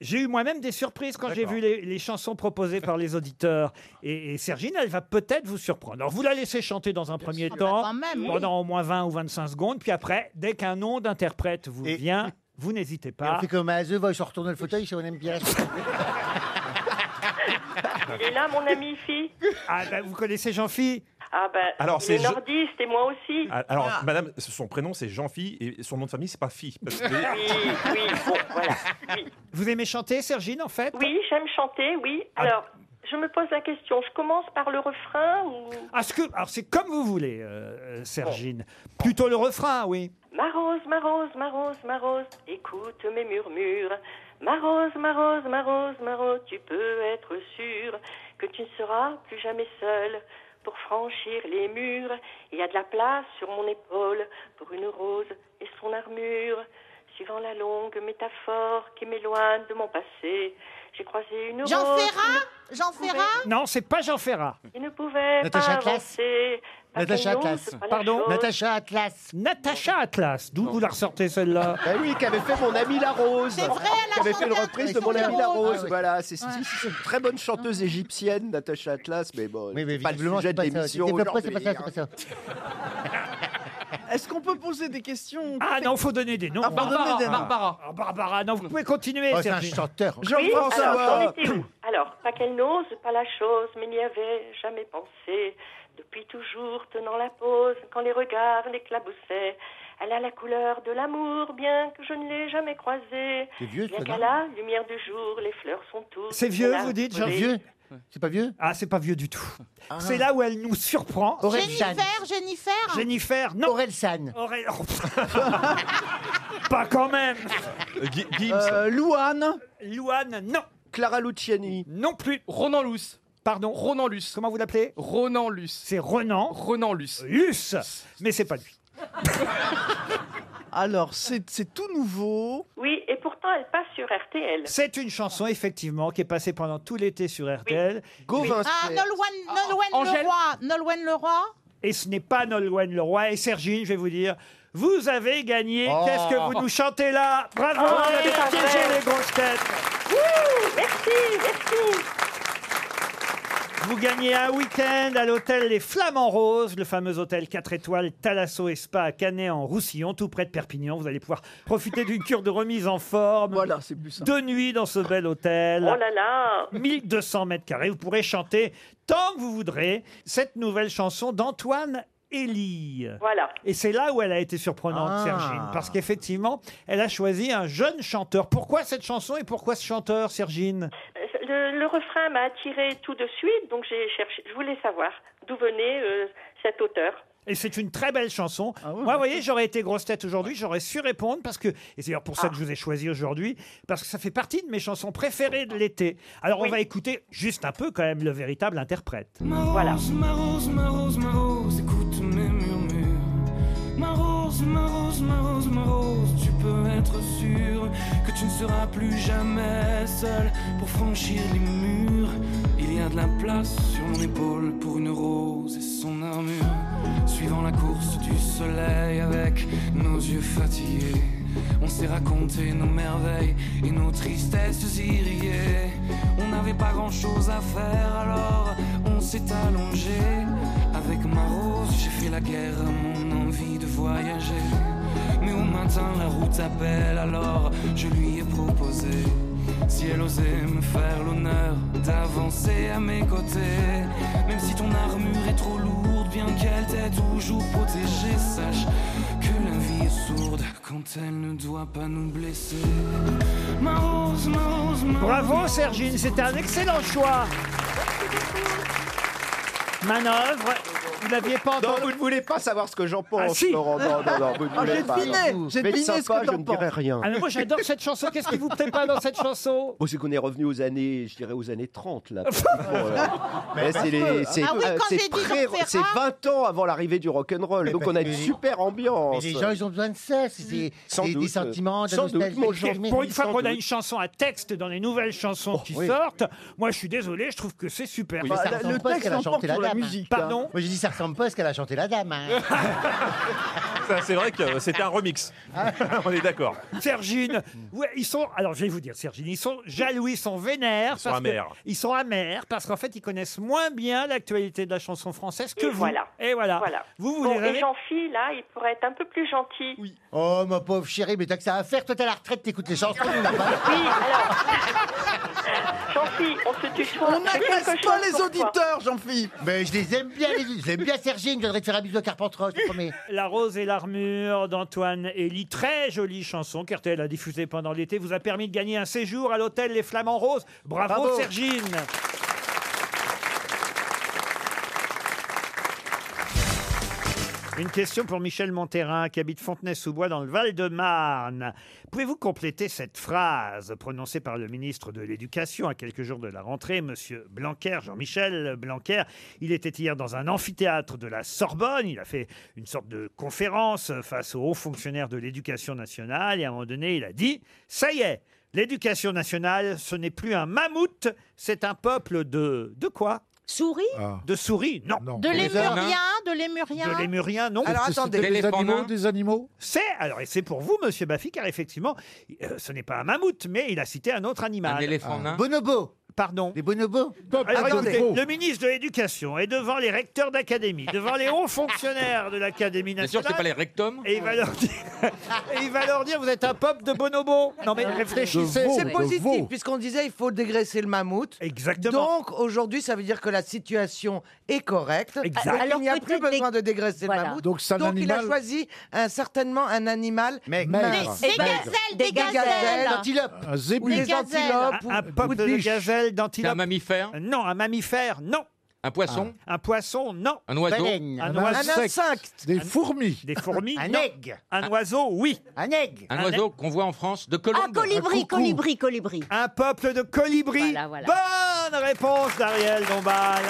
J'ai eu moi-même des surprises quand j'ai vu les, les chansons proposées par les auditeurs. Et, et Sergine, elle va peut-être vous surprendre. Alors, vous la laissez chanter dans un premier sûr. temps, Ah bah quand même, oui. pendant au moins 20 ou 25 secondes. Puis après, dès qu'un nom d'interprète vous vient, vous n'hésitez Et pas. On fait comme à The Voice, on retourne le fauteuil si on aime bien. Il est là mon ami ici. Ah bah, vous connaissez Jean-Phi Ah ben Alors, il c'est est je- nordiste et moi aussi. Ah, Alors, Ah. madame, son prénom c'est Jean-Fille et son nom de famille c'est pas Fille. parce que- Oui, oui, bon, voilà. Vous aimez chanter, Sergine, en fait Ah. Oui, j'aime chanter, oui. Alors, je me pose la question, je commence par le refrain ou... Ah, ce que- alors, c'est comme vous voulez, euh, euh, Sergine. Plutôt le refrain, oui. Ma rose, ma rose, ma rose, ma rose, écoute mes murmures. Ma rose, ma rose, ma rose, ma rose, tu peux être sûre que tu ne seras plus jamais seule pour franchir les murs. Il y a de la place sur mon épaule pour une rose et son armure. Suivant la longue métaphore qui m'éloigne de mon passé, j'ai croisé une Jean rose. Ferrat Jean Ferrat Non, c'est pas Jean Ferrat. Il ne pouvait Natacha pas Atlas avancer. parce Natacha qu'elle n'ose Atlas. pas la Pardon chose. Natacha Atlas. Natacha Atlas. D'où vous la ressortez celle-là Bah oui, qu'avait fait mon ami La Rose. C'est vrai, elle a Qui avait fait chanté une un reprise de truc mon sur ami les La roses. Rose. Ah oui. Voilà, c'est c'est- Ouais. c'est une très bonne chanteuse égyptienne, Natacha Atlas, mais bon, Oui, mais c'est pas le visiblement, sujet c'est de pas ça. l'émission Développe-moi, c'est pas aujourd'hui. ça, c'est pas ça. Est-ce qu'on peut poser des questions Ah non, faut donner des noms. Ah, faut donner des noms. Ah, Barbara, non, vous pouvez continuer, Oh, c'est un Sergine. chanteur. Oui, Jean-François. alors, j'en étais où Alors, pas qu'elle n'ose pas la chose, mais n'y avait jamais pensé. Depuis toujours, tenant la pose, quand les regards l'éclaboussaient, elle a la couleur de l'amour, bien que je ne l'ai jamais croisée. C'est vieux, bien ça, qu'à non la lumière du jour, les fleurs sont toutes. C'est vieux, là, vous dites, C'est Jean collées. vieux C'est pas vieux Ah, c'est pas vieux du tout. C'est là où elle nous surprend. Jennifer, Jennifer Jennifer, non. Aurel San. Aurel- Pas quand même. Euh, Louane. Louane, non. Clara Luciani. Non plus. Ronan Luce. Pardon Ronan Luce. Comment vous l'appelez Ronan Luce. C'est Ronan. Ronan Luce. Luce. Mais c'est pas lui. Alors, c'est c'est tout nouveau. Oui, et pourtant elle passe sur RTL. C'est une chanson, effectivement, qui est passée pendant tout l'été sur RTL. Oui. Ah, Nolwenn, Oh, Nolwenn Angèle. Leroy. Nolwenn Leroy. Et ce n'est pas Nolwenn Leroy. Et Sergine, je vais vous dire, vous avez gagné. Oh. Qu'est-ce que vous nous chantez là Bravo, Ah, vous avez parfait. piégé les grosses têtes. Merci, merci. Vous gagnez un week-end à l'hôtel Les Flamants Roses, le fameux hôtel 4 étoiles Thalasso et Spa à Canet en Roussillon, tout près de Perpignan. Vous allez pouvoir profiter d'une cure de remise en forme. Voilà, c'est plus ça. Deux nuits dans ce bel hôtel. Oh là là 1200 mètres carrés. Vous pourrez chanter tant que vous voudrez cette nouvelle chanson d'Antoine Elie. Voilà. Et c'est là où elle a été surprenante, Ah. Sergine, parce qu'effectivement, elle a choisi un jeune chanteur. Pourquoi cette chanson et pourquoi ce chanteur, Sergine Le, le refrain m'a attiré tout de suite, donc j'ai cherché. Je voulais savoir d'où venait euh, cet auteur. Et c'est une très belle chanson. Moi, vous voyez, j'aurais été grosse tête aujourd'hui, j'aurais su répondre parce que, et c'est d'ailleurs pour ça que je vous ai choisi aujourd'hui, parce que ça fait partie de mes chansons préférées de l'été. Alors, on va écouter juste un peu quand même le véritable interprète. Ma rose, ma rose, ma rose, ma rose, écoute mes murmures. Ma rose, ma rose, ma rose, ma rose, tu peux être sûre que tu ne seras plus jamais seule pour franchir les murs. Il y a de la place sur mon épaule pour une rose et son armure. Suivant la course du soleil avec nos yeux fatigués, on s'est raconté nos merveilles et nos tristesses irriguées. On n'avait pas grand chose à faire alors on s'est allongé. Avec ma rose, j'ai fait la guerre à mon envie de voyager. Mais au matin, la route appelle alors je lui ai proposé. Si elle osait me faire l'honneur d'avancer à mes côtés, même si ton armure est trop lourde, bien qu'elle t'ait toujours protégée, sache que la vie est sourde quand elle ne doit pas nous blesser. Ma rose, ma rose, ma Bravo, Sergine, c'était un excellent choix. Manœuvre, vous n'aviez pas entendu. Non, vous ne voulez pas savoir ce que j'en pense, Ah, si. Laurent. Non, non, non, vous ne Ah, voulez j'ai pas. deviné, non. j'ai Mais deviné sympa, ce que je t'en ne dirai penses. rien. Ah, mais moi, j'adore cette chanson. Qu'est-ce qui vous plaît pas dans cette chanson Bon, c'est qu'on est revenu aux années, je dirais aux années 30 là. pratiquement, là. Mais Ouais, parce c'est les- que- c'est- Ah oui, euh, quand c'est j'ai dit pré- l'opéra- c'est 20 ans avant l'arrivée du rock'n'roll, donc on a une parce que- super ambiance. Mais les gens, ils ont besoin de ça. C'est des, Sans des- des doute, euh, sentiments, de la sans doute, nostalgie. mon Mais- mais- Pour une fois sans qu'on a doute. une chanson à texte dans les nouvelles chansons qui Oh, oui. sortent, moi je suis désolé, je trouve que c'est super. Oui, mais ça ressemble pas à ce qu'elle a chanté la hein. dame. Pardon Moi, j'ai dit, ça ressemble pas à ce qu'elle a chanté la dame. hein. Ça, C'est vrai que c'était un remix. On est d'accord. Sergine, ouais, ils sont. Alors, je vais vous dire, Sergine, ils sont jaloux, ils sont vénères. Ils sont parce que- amers. ils sont amers parce qu'en fait, ils connaissent moins bien l'actualité de la chanson française que Et vous. voilà. Et voilà. Voilà. Vous vous Bon, les et avez- Jean-Phi, là, il pourrait être un peu plus gentil. Oui. Oh, ma pauvre chérie, mais t'as que ça à faire. Toi, t'es à la retraite, t'écoutes les chansons. nous, on n'a pas- Jean-Phi, on se tutoie. On n'agresse J'ai quelque pas chose les pour toi. auditeurs, Mais je les aime bien, les... je les aime bien, Sergine. Je voudrais te faire un bisou à Carpentras, je te promets. La rose et l'armure d'Antoine Elie, très jolie chanson qu'RTL a diffusée pendant l'été, vous a permis de gagner un séjour à l'hôtel Les Flamants Roses. Bravo, Bravo. Sergine Une question pour Michel Monterrin qui habite Fontenay-sous-Bois dans le Val-de-Marne. Pouvez-vous compléter cette phrase prononcée par le ministre de l'Éducation à quelques jours de la rentrée, Monsieur Blanquer, Jean-Michel Blanquer Il était hier dans un amphithéâtre de la Sorbonne. Il a fait une sorte de conférence face aux hauts fonctionnaires de l'Éducation nationale et à un moment donné, il a dit "Ça y est, l'Éducation nationale, ce n'est plus un mammouth, c'est un peuple de de quoi Souris De souris Non. De Lémurien, de Lémurien. De lémurien, non. Alors, C'était- attendez. c'était des L'éléphant animaux, nain des animaux C'est, alors, et c'est pour vous, monsieur Baffy, car effectivement, euh, ce n'est pas un mammouth, mais il a cité un autre animal. Un éléphant nain Ah. Bonobo. Pardon. Des bonobos Ah, Attendez. Le ministre de l'Éducation est devant les recteurs d'académie, devant les hauts fonctionnaires de l'Académie Bien sûr, nationale. c'est pas les rectums. Et il va leur dire, et il va leur dire vous êtes un peuple de bonobos. Non mais réfléchissez. C'est positif, puisqu'on disait il faut dégraisser le mammouth. Exactement. Donc aujourd'hui, ça veut dire que la situation est correcte. Exact. Donc, Alors, il n'y a plus peut-être besoin de dégraisser Voilà. le mammouth. Donc, c'est un il a animal- choisi un- certainement un animal Maigre. mince. Des- des Eh ben, gazelles, des, des gazelles, gazelles. Un zébu. Des Des antilopes. Un, un peuple de gazelles, d'antilopes. Un mammifère Non, un mammifère, non. Ah. Un poisson Un poisson, non. Un oiseau Baleine. Un, Un oiseau. insecte. Des fourmis. Des fourmis. Un non. aigle. Un oiseau, oui. Un aigle. Un oiseau qu'on voit en France de Colombe. Ah, colibri, colibri. Un peuple de colibris. Bonne réponse d'Ariel Dombal.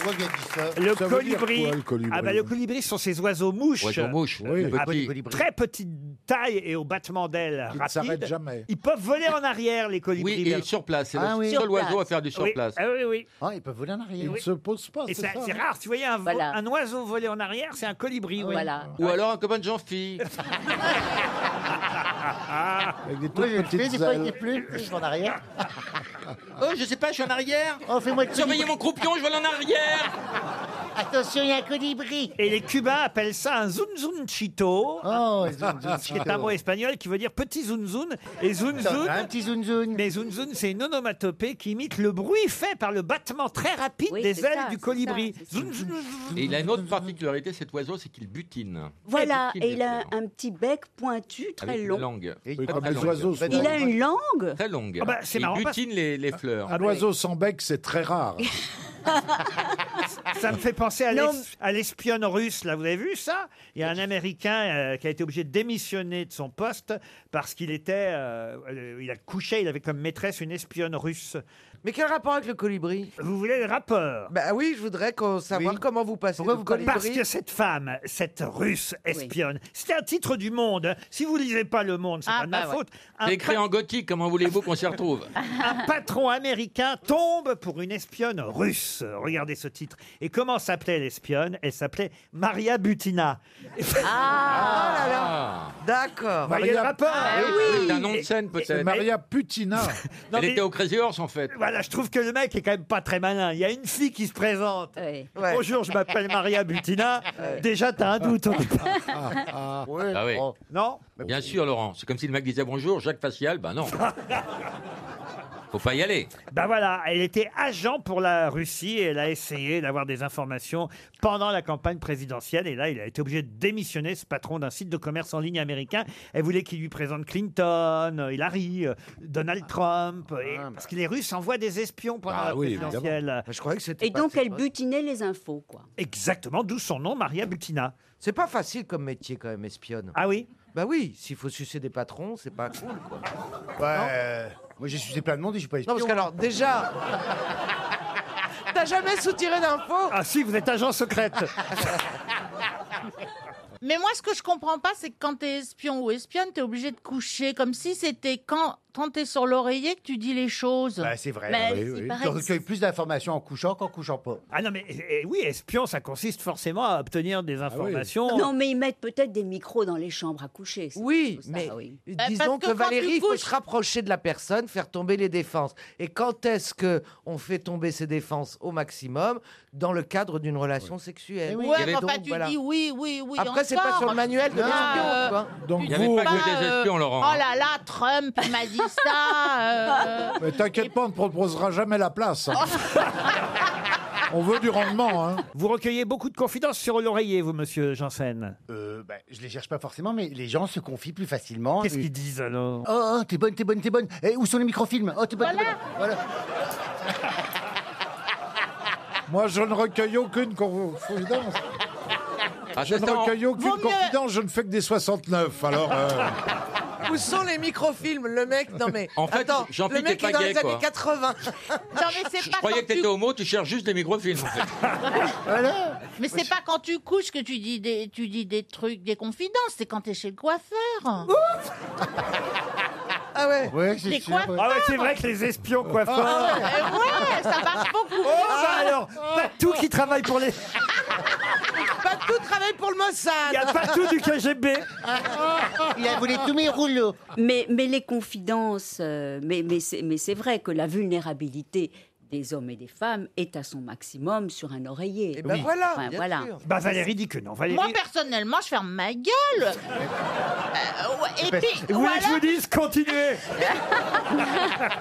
Pourquoi il a dit ça Le Euh, Ça veut dire colibri. quoi, le colibri Ah bah, le colibri, ce sont ces oiseaux mouches. Oiseaux mouches, Oui. les à petits. Très petite taille et au battement d'ailes Qui ne rapide. s'arrêtent jamais. Ils peuvent voler en arrière, les colibris. Ah Oui, et sur place. C'est le seul oiseau à faire du sur Oui. place. Ah oui, oui. Ah, ils peuvent voler en arrière. Ils ne Oui. se posent pas. Et ça- hein. c'est hein. rare, si vous voyez un, vo- Voilà. un oiseau voler en arrière, c'est un colibri. oui. Ou alors un copain de Jean-Phi. Avec des toutes Moi, je le petites fais, des fois, il ailes. est plus, je vais en arrière. oh, je sais pas, je suis en arrière. Oh, fais-moi le Surveillez colibri. mon croupion, je vole en arrière. Attention, il y a un colibri. Oh, Et les Cubains appellent ça un zunzunchito, qui est un mot espagnol qui veut dire petit zunzun. Et zunzun, Un petit zunzun. Mais zunzun, c'est une onomatopée qui imite le bruit fait par le battement très rapide des ailes du colibri. Zunzun. Et il a une autre particularité, cet oiseau, c'est qu'il butine. Voilà, et il a un petit bec pointu, très Avec une long. langue. Oui, comme les oiseaux sont- Il a une langue Très longue. Ah bah, c'est il marrant butine parce- les, les fleurs. Un oiseau sans bec, c'est très rare. Ça me fait penser à Non. l'es- à l'espionne russe, là, vous avez vu ça Il y a un Américain euh, qui a été obligé de démissionner de son poste parce qu'il était... euh, euh, il a couché, il avait comme maîtresse une espionne russe. Mais quel rapport avec le colibri Vous voulez le rapport Bah oui, je voudrais qu'on savoir comment vous passez le colibri. Parce que cette femme, cette russe espionne, c'était un titre du Monde. Si vous lisez pas Le Monde, c'est Ah, pas de ma bah ouais. faute. C'est Un, écrit en gothique, comment voulez-vous qu'on s'y retrouve un patron américain tombe pour une espionne russe. Regardez ce titre. Et comment s'appelait l'espionne Elle s'appelait Maria Butina. oh Ah, là là. D'accord. Maria Maria- Rapport. Eh Ah oui. C'est un nom de scène, peut-être. C'est Maria Putina. Elle était au Crazy Horse, en fait. Voilà, je trouve que le mec est quand même pas très malin. Il y a une fille qui se présente. Ouais. Bonjour, je m'appelle Maria Butina. Déjà, t'as un doute. au départ. Ah oui. Non Bien sûr, Laurent. C'est comme si le mec disait bonjour, Jacques Facial. Ben non. Faut pas y aller. Ben voilà, elle était agent pour la Russie et elle a essayé d'avoir des informations pendant la campagne présidentielle. Et là, il a été obligé de démissionner ce patron d'un site de commerce en ligne américain. Elle voulait qu'il lui présente Clinton, euh, Hillary, euh, Donald Trump. euh, et- Ah, parce bah. que les Russes envoient des espions pendant Ah la oui, présidentielle. Je croyais que Et donc, elle butinait les infos, quoi. Exactement, d'où son nom, Maria Butina. C'est pas facile comme métier quand même, espionne. Ah oui Bah oui, s'il faut sucer des patrons, c'est pas cool quoi. Ouais. Moi, j'ai sucé plein de monde et je suis pas espion. Non parce qu'alors déjà, t'as jamais soutiré d'infos Ah si, vous êtes agent secrète. Mais moi, ce que je comprends pas, c'est que quand t'es espion ou espionne, t'es obligé de coucher, comme si c'était quand, quand t'es sur l'oreiller que tu dis les choses. Bah, c'est vrai. Hein. Mais Oui, c'est oui. Tu pareil. recueilles plus d'informations en couchant qu'en couchant pas. Ah non, mais eh, eh, oui, espion, ça consiste forcément à obtenir des Ah informations. Non, mais ils mettent peut-être des micros dans les chambres à coucher. c'est Ah Oui, plutôt ça, mais euh, oui. Ben, disons que, Valérie, il faut se rapprocher de la personne, faire tomber les défenses. Et quand est-ce que on fait tomber ces défenses au maximum dans le cadre d'une relation sexuelle Ouais, mais enfin, tu dis oui, oui, oui. Après, c'est pas encore. sur le manuel de Ah, l'espion, euh, tu vois. Donc tu Il dis y avait pas que des euh, espions, Laurent, hein. Oh là là, Trump il m'a dit ça. euh. Mais t'inquiète pas, on ne te proposera jamais la place. hein. on veut du rendement. Hein. Vous recueillez beaucoup de confidences sur l'oreiller, vous, monsieur Janssen. Euh, bah, je les cherche pas forcément, mais les gens se confient plus facilement. Qu'est-ce Et- qu'ils disent alors Oh, oh, t'es bonne, t'es bonne, t'es bonne. Eh, où sont les microfilms Oh, t'es bonne, t'es bonne. Voilà. Moi, je ne recueille aucune confidence. Ah, je ça, ne c'est en- recueille aucune Vaut mieux- confidence, je ne fais que des 69. Alors, euh, Où sont les microfilms Le mec, non mais. En fait, attends, Jean-Philippe le mec est est dans pas gay, les années quoi. 80. Non, mais c'est Je pas croyais quand que t'étais homo, tu cherches juste des microfilms, en fait. Mais c'est pas quand tu couches que tu dis des, tu dis des trucs, des confidences. C'est quand t'es chez le coiffeur. Ah ouais. c'est Les sûr, ouais. coiffeurs. Ah ouais, c'est vrai que les espions coiffeurs. Ah ouais, eh euh, ouais, ça marche beaucoup. Oh, bah alors, pas tout qui travaille pour les. Pas tout travaille pour le Mossad. Il y a pas tout du KGB. Il a volé tous mes rouleaux. Mais, mais les confidences, euh, mais, mais, c'est, mais c'est vrai que la vulnérabilité des hommes et des femmes est à son maximum sur un oreiller. Et ben voilà, bien voilà. sûr. Bah, Valérie dit que non. Valérie. Moi, personnellement, je ferme ma gueule. Euh, ouais, et puis, vous voulez que je vous dise, continuez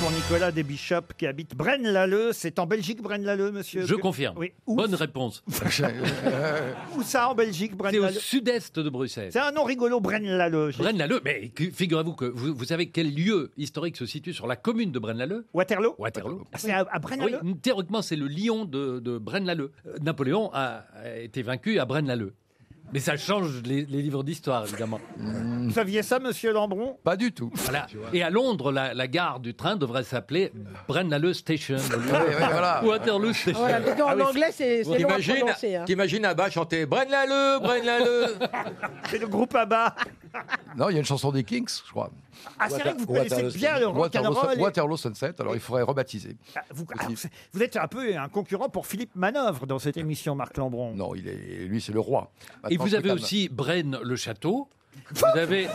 Pour Nicolas Desbichops qui habite Braine-l'Alleud, c'est en Belgique Braine-l'Alleud, monsieur Je Que- confirme. Oui. Bonne réponse. Euh. Où ça en Belgique, C'est au Braine-l'Alleud sud-est de Bruxelles. C'est un nom rigolo, Braine-l'Alleud. J'ai- Braine-l'Alleud, mais que- figurez-vous que vous, vous savez quel lieu historique se situe sur la commune de Braine-l'Alleud Waterloo Waterloo. Ah, C'est à, à Braine-l'Alleud Oui, théoriquement, c'est le lion de, de Braine-l'Alleud. Euh, Napoléon a, a été vaincu à Braine-l'Alleud. Mais ça change les, les livres d'histoire, évidemment. Vous saviez ça, monsieur Lambron Pas du tout. Et à Londres, la, la gare du train devrait s'appeler Brennaleux Station. au lieu de- Ouais, ouais, voilà. Ou Waterloo Station. Oh, Voilà, dis donc, en Ah oui. anglais, c'est c'est long à T'imagines prononcer. hein. t'imagines Abba chanter Brenne-la-le, Brenne-la-le C'est le groupe Abba Non, il y a une chanson des Kings, je crois. Ah, c'est vrai que vous connaissez bien le Waterloo, rock'n'roll et- Waterloo Sunset, alors il faudrait rebaptiser. Vous, ah, vous- vous êtes un peu un concurrent pour Philippe Manœuvre dans cette émission, Marc Lambron. Non, il est, lui, c'est le roi. Et Maintenant, vous c'est avez quand aussi Bren le château. Vous avez.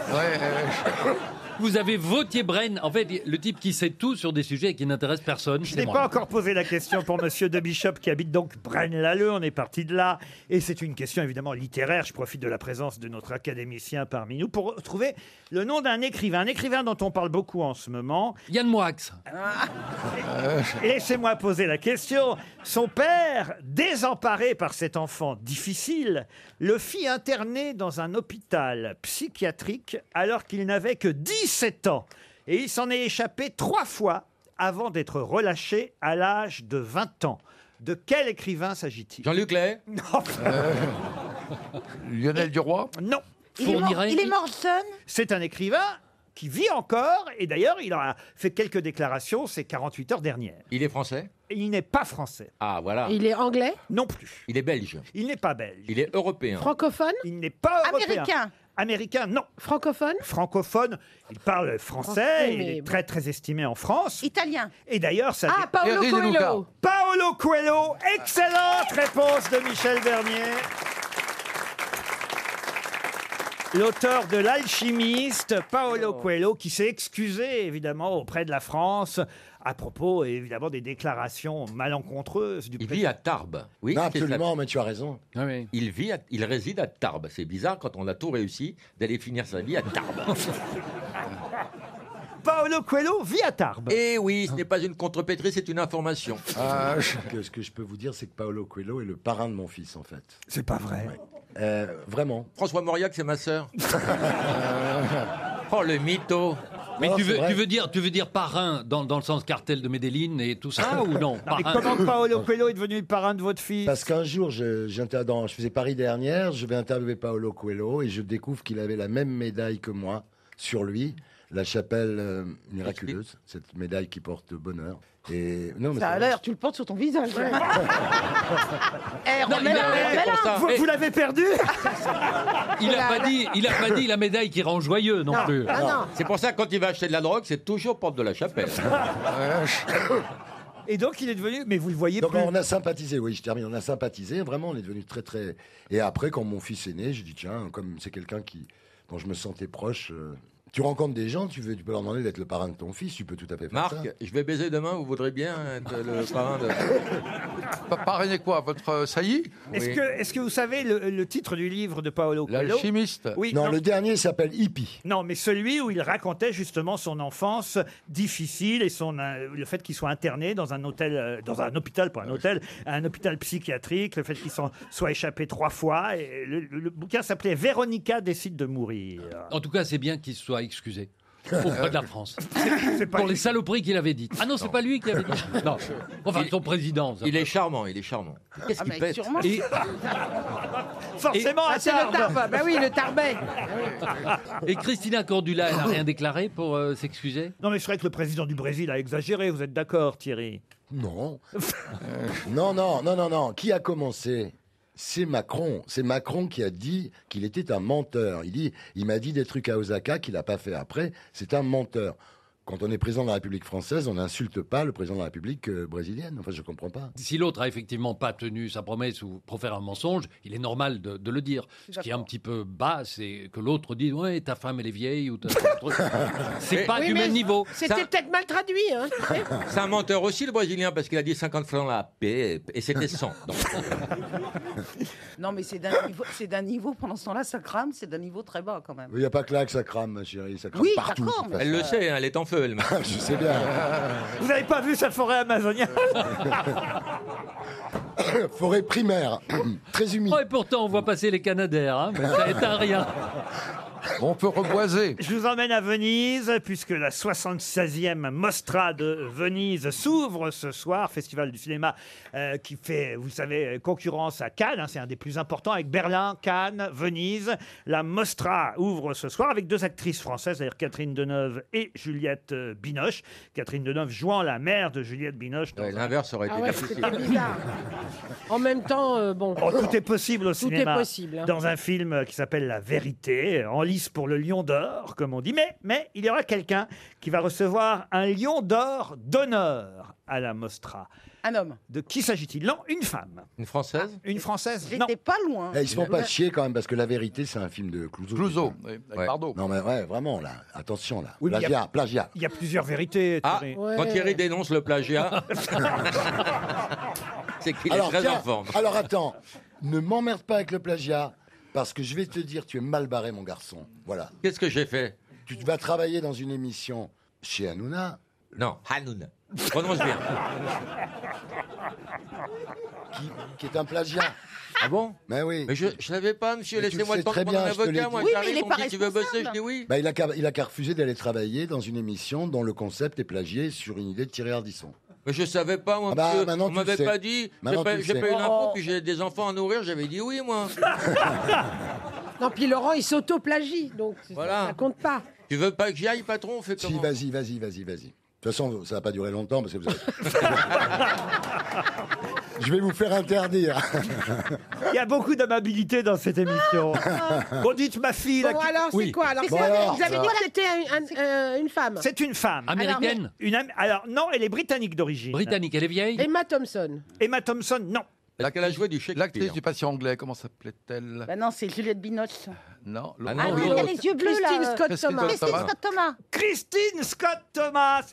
Vous avez Vautier Bren. En fait, le type qui sait tout sur des sujets qui n'intéressent personne. Je n'ai pas encore posé la question pour Monsieur De Bishop qui habite donc Braine-l'Alleud. On est parti de là. Et c'est une question évidemment littéraire. Je profite de la présence de notre académicien parmi nous pour trouver le nom d'un écrivain. Un écrivain dont on parle beaucoup en ce moment. Yann Moix. Euh. Et Laissez-moi poser la question. Son père, désemparé par cet enfant difficile, le fit interner dans un hôpital psychiatrique alors qu'il n'avait que 17 ans. Et il s'en est échappé trois fois avant d'être relâché à l'âge de 20 ans. De quel écrivain s'agit-il Jean-Luc Lay Non. Euh, Lionel Duroy Non. Il est, mort, il est mort seul C'est un écrivain qui vit encore, et d'ailleurs, il en a fait quelques déclarations ces 48 heures dernières. Il est français Il n'est pas français. Ah, voilà. Il est anglais Non plus. Il est belge. Il n'est pas belge. Il est européen. Francophone Il n'est pas européen. Américain. Américain, non. Francophone Francophone, il parle français, Français, il mais est bon. très très estimé en France. Italien. Et d'ailleurs, ça. Ah, Paolo Henri De Coelho. Luca. Paolo Coelho, excellente réponse de Michel Bernier. L'auteur de L'alchimiste, Paolo Coelho, qui s'est excusé évidemment auprès de la France à propos évidemment des déclarations malencontreuses du Il vit à Tarbes. Oui, Non, c'est absolument, ça. mais tu as raison. Il, vit à- il réside à Tarbes. C'est bizarre quand on a tout réussi d'aller finir sa vie à Tarbes. Paolo Coelho vit à Tarbes. Eh oui, ce n'est pas une contrepétrie, c'est une information. Ah. Que- ce que je peux vous dire, c'est que Paolo Coelho est le parrain de mon fils, en fait. Euh, C'est pas vrai. vraiment. François Mauriac, c'est ma sœur. oh, le mytho. Mais Non, tu, c'est veux, vrai. tu, veux dire, tu veux dire parrain dans, dans le sens cartel de Medellin et tout ça Ah ou non Ah Mais Parrain. comment oh, Paolo Coelho est devenu le parrain de votre fils Parce qu'un jour, je, j'inter- dans- je faisais Paris dernière, je vais interviewer Paolo Coelho et je découvre qu'il avait la même médaille que moi sur lui, la chapelle euh, miraculeuse, cette médaille qui porte bonheur. Et non, Ça mais c'est a vrai. l'air, tu le portes sur ton visage. Eh, Non, remets-la, il a arrêté remets-la. pour ça. Vous, vous l'avez perdu Il a pas dit, il a pas dit la médaille qui rend joyeux non, plus. Ah C'est pour ça que quand il va acheter de la drogue, c'est toujours porte de la chapelle. Et donc, il est devenu. Mais vous le voyez Donc, on a sympathisé, oui, je termine. On a sympathisé, vraiment, on est devenu très, très. Et après, quand mon fils est né, je dis tiens, comme c'est quelqu'un qui, dont je me sentais proche, euh, tu rencontres des gens, tu, veux, tu peux leur demander d'être le parrain de ton fils, tu peux tout à fait faire Marc, ça. je vais baiser demain, vous voudrez bien être le parrain de... Pa- Parrainez quoi Votre euh, saillie Est-ce que, est-ce que vous savez le, le titre du livre de Paolo Coelho L'alchimiste. Oui, non, le dernier s'appelle Hippie. Non, mais celui où il racontait justement son enfance difficile et son, euh, le fait qu'il soit interné dans un hôtel, euh, dans un hôpital, pas un hôtel, un hôpital psychiatrique, le fait qu'il s'en soit échappé trois fois. Et le, le- le bouquin s'appelait Véronica décide de mourir. En tout cas, c'est bien qu'il se soit excusé auprès de la France pas pour les saloperies qu'il avait dites. Ah non, c'est pas lui qui avait dit. Non, enfin son président. Il est charmant, il est charmant. Qu'est-ce Ah, qu'il mais pète sûrement. Et- Forcément, Ah, c'est le Tarbes. Ben oui, le Tarbais. Et Christina Cordula, elle n'a rien déclaré pour euh, s'excuser Non, mais c'est vrai que le président du Brésil a exagéré, vous êtes d'accord, Thierry Non. non, non, non, non, non. Qui a commencé c'est Macron. C'est Macron qui a dit qu'il était un menteur. Il dit, il m'a dit des trucs à Osaka qu'il n'a pas fait après. C'est un menteur. Quand on est président de la République française, on n'insulte pas le président de la République euh, brésilienne. Enfin, je comprends pas. Si l'autre a effectivement pas tenu sa promesse ou profère un mensonge, il est normal de, de le dire. Ce qui est un petit peu bas, c'est que l'autre dise Ouais, ta femme, elle est vieille. ou ta- C'est Eh, pas Oui, du mais même niveau. C'était Ça- peut-être mal traduit. Hein, tu sais. C'est un menteur aussi, le Brésilien, parce qu'il a dit 50 francs la paix, et c'était 100. Donc, non, mais c'est d'un niveau, c'est d'un niveau, pendant ce temps-là, ça crame, c'est d'un niveau très bas quand même. Il n'y a pas que là que ça crame, ma chérie. Ça crame Oui, partout. d'accord, de toute mais- elle façon. le sait, hein, elle est en feu, elle. je sais bien. Vous n'avez pas vu sa forêt amazonienne Forêt primaire, très humide. Oh, Ah, et pourtant, on voit passer les Canadaires. hein, mais ça est un rien. On peut reboiser. Je vous emmène à Venise, puisque la 76e Mostra de Venise s'ouvre ce soir, festival du cinéma euh, qui fait, vous savez, concurrence à Cannes, hein, c'est un des plus importants, avec Berlin, Cannes, Venise. La Mostra ouvre ce soir avec deux actrices françaises, c'est-à-dire Catherine Deneuve et Juliette euh, Binoche. Catherine Deneuve jouant la mère de Juliette Binoche. dans un- L'inverse aurait été Ah ouais, difficile. c'était bizarre. En même temps, euh, bon. Oh, tout est possible au Tout est cinéma. possible, hein. Dans un film qui s'appelle La Vérité, en lice pour le Lion d'Or, comme on dit. Mais, mais il y aura quelqu'un qui va recevoir un Lion d'Or d'honneur à la Mostra. Un homme. De qui s'agit-il Non, une femme. Ah, Une Française Une Française Non. J'étais pas loin. Eh, ils se font pas chier quand même, parce que la vérité, c'est un film de Clouseau. Clouseau, déjà. oui, avec Bardot. Non, mais ouais, vraiment, là, attention, là. Oui, mais plagiat, il y a- plagiat. Il y a plusieurs vérités. Ah, Thierry. quand Thierry dénonce le plagiat, c'est qu'il est très tiens, en forme. alors attends, ne m'emmerde pas avec le plagiat, parce que je vais te dire, tu es mal barré, mon garçon. Voilà. Qu'est-ce que j'ai fait Tu vas travailler dans une émission chez Hanouna. Non, Hanouna. Prononce bien. Qui, qui est un plagiat. Ah bon Mais oui. Mais je ne savais pas, monsieur, Mais tu laissez-moi sais le temps de très prendre un bien, je te l'ai avocat, moi, dit. Oui, mais j'arrive, il est on me pas dit tu veux bosser, je dis oui. Bah, il a qu'à il a qu'à refuser d'aller travailler dans une émission dont le concept est plagié sur une idée de Thierry Ardisson. Mais je savais pas, moi, Ah bah, monsieur. maintenant, on tu m'avait le sais. pas dit. J'ai Maintenant, tu pas, le j'ai sais. pas eu l'info, Oh. puis j'ai des enfants à nourrir, j'avais dit oui, moi. Non, puis Laurent, il s'auto-plagie, donc c'est- Voilà. ça compte pas. tu veux pas que j'y aille, patron Fais Si, comment vas-y, vas-y, vas-y, vas-y. De toute façon, ça va pas durer longtemps parce que vous avez- Je vais vous faire interdire. Il y a beaucoup d'amabilité dans cette émission. bon, dites ma fille. là, Bon, qui- alors, Oui. c'est quoi alors, Bon, c'est- alors, euh, Vous avez ça- dit que c'était un- un- euh, une femme. C'est une femme. Américaine Alors, une Am- alors, non, elle est britannique d'origine. Britannique, elle est vieille Emma Thompson. Emma Thompson, non. Laquelle a joué du L'actrice du patient anglais, comment s'appelait-elle Bah non, c'est Juliette Binoche. Non, Ah l'autre. non, oui, il y a les yeux bleus, là, Christine euh, Scott Christine Thomas. Scott Thomas. Thomas. Christine Scott Thomas.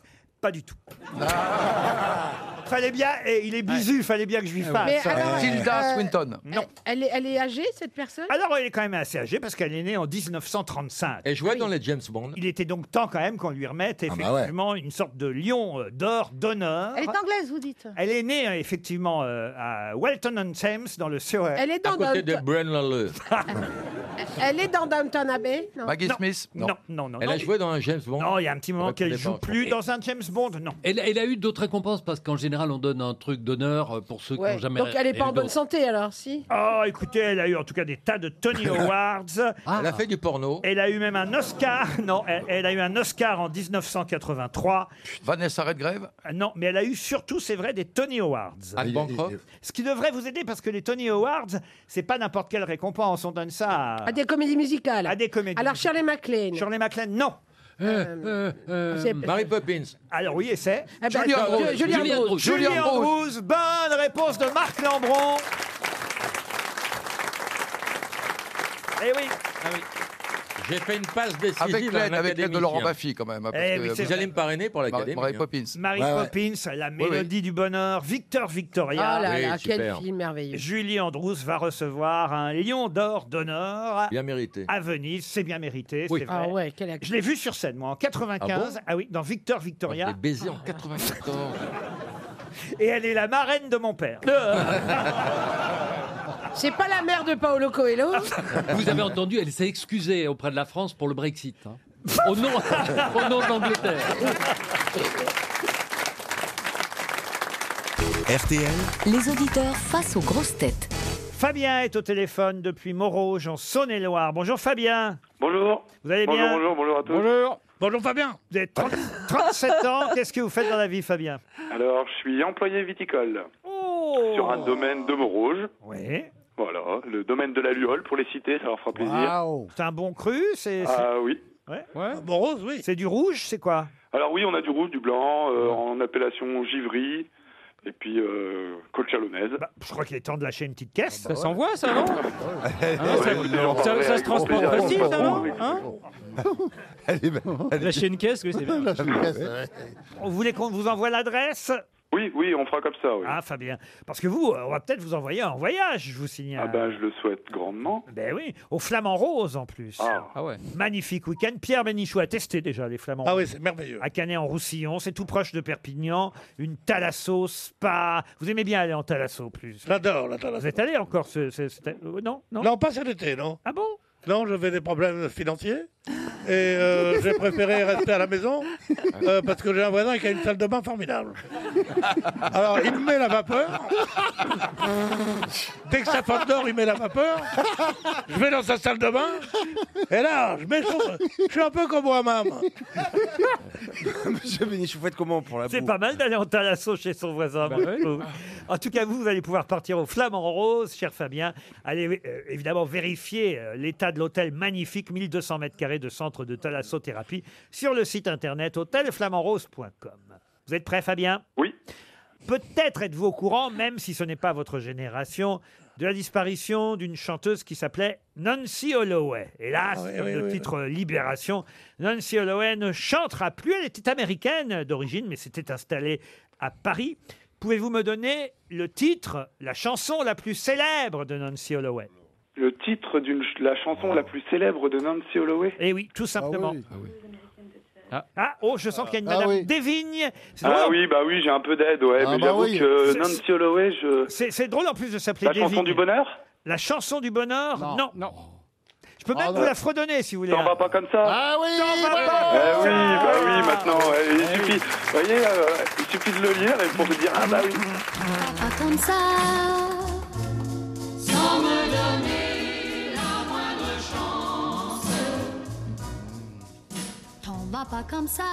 Pas du tout. Ah. fallait bien, et il est bisu, fallait bien que je lui fasse. Mais alors, Tilda euh, Swinton. Hein Non. Elle est, elle est âgée, cette personne Alors, elle est quand même assez âgée parce qu'elle est née en 1935. Elle Ah jouait dans les James Bond. Ah Il était donc temps quand même qu'on lui remette bah ouais. effectivement une sorte de lion euh, d'or d'honneur. Elle est anglaise, vous dites Elle est née euh, effectivement euh, à Walton-on-Thames dans le Surrey. Elle est À dans, côté de Downton- Bren Lalleux. elle est dans Downton Abbey non Maggie Non. Smith Non, non, non. Elle non. a joué dans un James Bond. Non, il y a un petit moment qu'elle joue plus dans un James Bond, non. Elle, elle a eu d'autres récompenses parce qu'en général, on donne un truc d'honneur euh, pour ceux qui Ouais. n'ont jamais. Donc elle est eu pas en bonne d'autres. santé alors, si Oh, écoutez, elle a eu en tout cas des tas de Tony Awards. Elle a fait du porno. Elle a eu même un Oscar. Non, elle, elle a eu un Oscar en 1983. Vanessa Redgrave Ah Non, mais elle a eu surtout, c'est vrai, des Tony Awards. Anne Bancroft Ce qui devrait vous aider parce que les Tony Awards, c'est pas n'importe quelle récompense. On donne ça à, À Ah, des comédies musicales. Ah. à des comédies. Alors Shirley MacLaine. Shirley MacLaine, non. Euh, c'est- Euh, Mary Poppins. Alors oui, et c'est Eh ben, Julia attends, Andrews. Ju- Julia Julia Andrews. Andrews. Julia Julia Andrews. Andrews. Bonne réponse de Marc Lambron. Eh oui. J'ai fait une passe décisive Avec à un l'aide avec l'aide de académicien. Laurent Baffy, quand même. hein, parce Eh que oui, c'est vous Vous allez me parrainer pour Mary, l'académie. hein. Mary Poppins. Mary Ouais, ouais. Poppins, la Oui, oui. mélodie du bonheur, Victor Victoria. Oh là Oui, là, quel super. film merveilleux. Julie Andrews va recevoir un lion d'or d'honneur Bien mérité. à Venise. C'est bien mérité, Oui. c'est vrai. Ah ouais, quel acteur. Je l'ai vu sur scène, moi, en 95. Ah, oui, dans Victor Victoria. Les baisers en 94. Et elle est la marraine de mon père. C'est pas la mère de Paolo Coelho Vous avez entendu, elle s'est excusée auprès de la France pour le Brexit. hein. Au nom, au nom de l'Angleterre. RTL, Les auditeurs face aux grosses têtes. Fabien est au téléphone depuis Morauge, en Saône-et-Loire. Bonjour Fabien. Bonjour. Vous allez bonjour, bien Bonjour, bonjour à tous. Bonjour. Bonjour Fabien. Vous avez 30 37 ans. Qu'est-ce que vous faites dans la vie, Fabien Alors, je suis employé viticole Oh sur un domaine de Montrouge. Oui. Voilà, le domaine de la Luole pour les citer, ça leur fera plaisir. C'est un bon cru C'est Ah oui. Ah, Morose, oui. C'est du rouge, c'est quoi Alors oui, on a du rouge, du blanc, euh, en appellation givry, et puis euh, colchalonnaise. Je crois qu'il est temps de lâcher une petite caisse. Ah, bah Ça s'envoie, ça, non Eh, Ah, Ouais, écoutez, on parlerait avec grand plaisir. Hein Eh ben, Lâcher une caisse, oui, c'est bien. Vous voulez qu'on vous envoie l'adresse Oui, oui, on fera comme ça, oui. Ah, Fabien. Parce que vous, euh, on va peut-être vous envoyer en voyage, je vous signale. Ah ben, je le souhaite grandement. Ben oui, au Flamand Rose en plus. Ah. ouais. Magnifique week-end. Pierre Bénichou a testé déjà les Flamands. Ah oui, c'est merveilleux. À Canet-en-Roussillon, c'est tout proche de Perpignan. Une Thalasso Spa. Vous aimez bien aller en Thalasso plus J'adore la Thalasso. Vous êtes allé encore ce, ce- ce- euh, Non, non. Là, on passe à l'été, non Ah bon Non, j'avais des problèmes financiers. Et euh, j'ai préféré rester à la maison euh, parce que j'ai un voisin qui a une salle de bain formidable. Alors, il met la vapeur. Dès que sa femme dort, il met la vapeur. Je vais dans sa salle de bain. Et là, je m'échauffe. Je suis un peu comme moi-même. Monsieur Bénichou, vous faites comment pour la C'est pas mal d'aller en talasso chez son voisin. moi, Bah je ouais. trouve. En tout cas, vous, vous allez pouvoir partir au Flamand Rose, cher Fabien. Allez euh, évidemment vérifier euh, l'état de l'hôtel magnifique, 1200 mètres carrés de centre de thalassothérapie, sur le site internet hôtelflamandrose.com. Vous êtes prêt, Fabien Oui. Peut-être êtes-vous au courant, même si ce n'est pas votre génération, de la disparition d'une chanteuse qui s'appelait Nancy Holloway. Hélas, Ah oui, comme oui, le oui, titre euh, Libération, Nancy Holloway ne chantera plus. Elle était américaine d'origine, mais s'était installée à Paris. Pouvez-vous me donner le titre, la chanson la plus célèbre de Nancy Holloway Le titre de la Ah. chanson la plus célèbre de Nancy Holloway Eh oui, tout simplement. Ah, oh, je sens qu'il y a une Ah Madame oui. Dévigne. C'est Ah drôle. oui, bah oui, j'ai un peu d'aide, ouais. Ah mais bah j'avoue oui. que C'est- Nancy Holloway, je. C'est c'est drôle en plus de s'appeler La chanson Dévigne. du bonheur La chanson du bonheur Non. Non. Je peux même Ah, vous non. la fredonner si vous voulez. hein. T'en vas pas comme ça Ah oui Eh oui, bah oui, maintenant, eh, il suffit, vous voyez, euh, il suffit de le lire et pour se dire, ah bah oui. Pas comme ça. Sans me donner la moindre chance. T'en vas pas comme ça.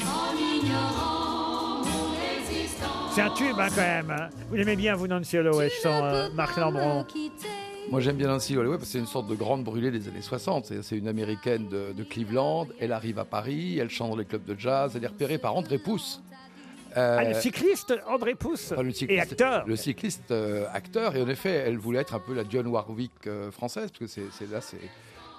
En ignorant mon existence. C'est un tube hein, quand même. hein. Vous l'aimez bien vous Nancy Holloway, je sens euh, Marc Lambron. Moi j'aime bien Nancy Holloway parce que c'est une sorte de grande brûlée des années 60. C'est- C'est une américaine de, de Cleveland, elle arrive à Paris, elle chante dans les clubs de jazz, elle est repérée par André Pousse. Euh, Ah, le cycliste André Pousse enfin, le et cycliste- acteur. Le cycliste euh, acteur, et en effet elle voulait être un peu la Dionne Warwick euh, française, parce que c'est c'est- là c'est...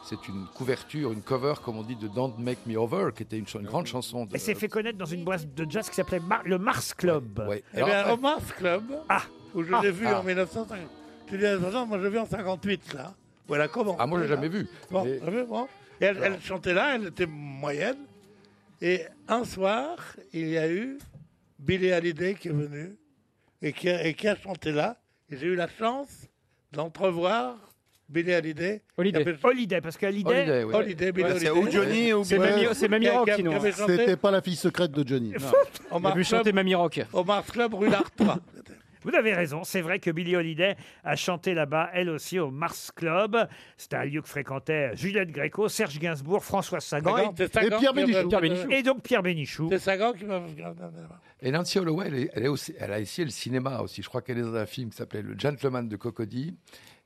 C'est une couverture, une cover, comme on dit, de Don't Make Me Over, qui était une, ch- une Ah grande chanson. De, Elle s'est fait connaître dans une boîte de jazz qui s'appelait Mar- le Mars Club. Eh ben, bien, au Mars Club, où je Ah. l'ai vu Ah. en 1950. Je dis, attends, moi je l'ai vu en 58, là. Voilà comment. Ah, moi, je l'ai jamais vu. Bon, Mais- vous avez vu, bon. Et elle, elle chantait là, elle était moyenne. Et un soir, il y a eu Billy Hallyday qui est venu et qui a, et qui a chanté là. Et j'ai eu la chance d'entrevoir Billy Hallyday. Holiday. Qui avait- Holiday, parce qu'Hallyday- Holiday, oui. Holiday, Billy Ouais, c'est Holiday. ou Johnny ou C'est Billy. Mamie- c'est Mamie Qui a- Rock, qui a- sinon. qui avait chanté- C'était pas la fille secrète de Johnny. On On a vu marche chanter là- Mamie Rock. Au Mars Club, rue l'Artois. Vous avez raison, c'est vrai que Billie Holiday a chanté là-bas, elle aussi, au Mars Club. C'était un lieu que fréquentaient Juliette Gréco, Serge Gainsbourg, François Sagan. Sagan, c'est Sagan Et Pierre qui avait- Bénichou. Pierre Bénichou. Et donc Pierre Bénichou. C'est Sagan qui m'a. Et Nancy Holloway, elle, est- elle est aussi- elle a essayé le cinéma aussi. Je crois qu'elle est dans un film qui s'appelait Le Gentleman de Cocody.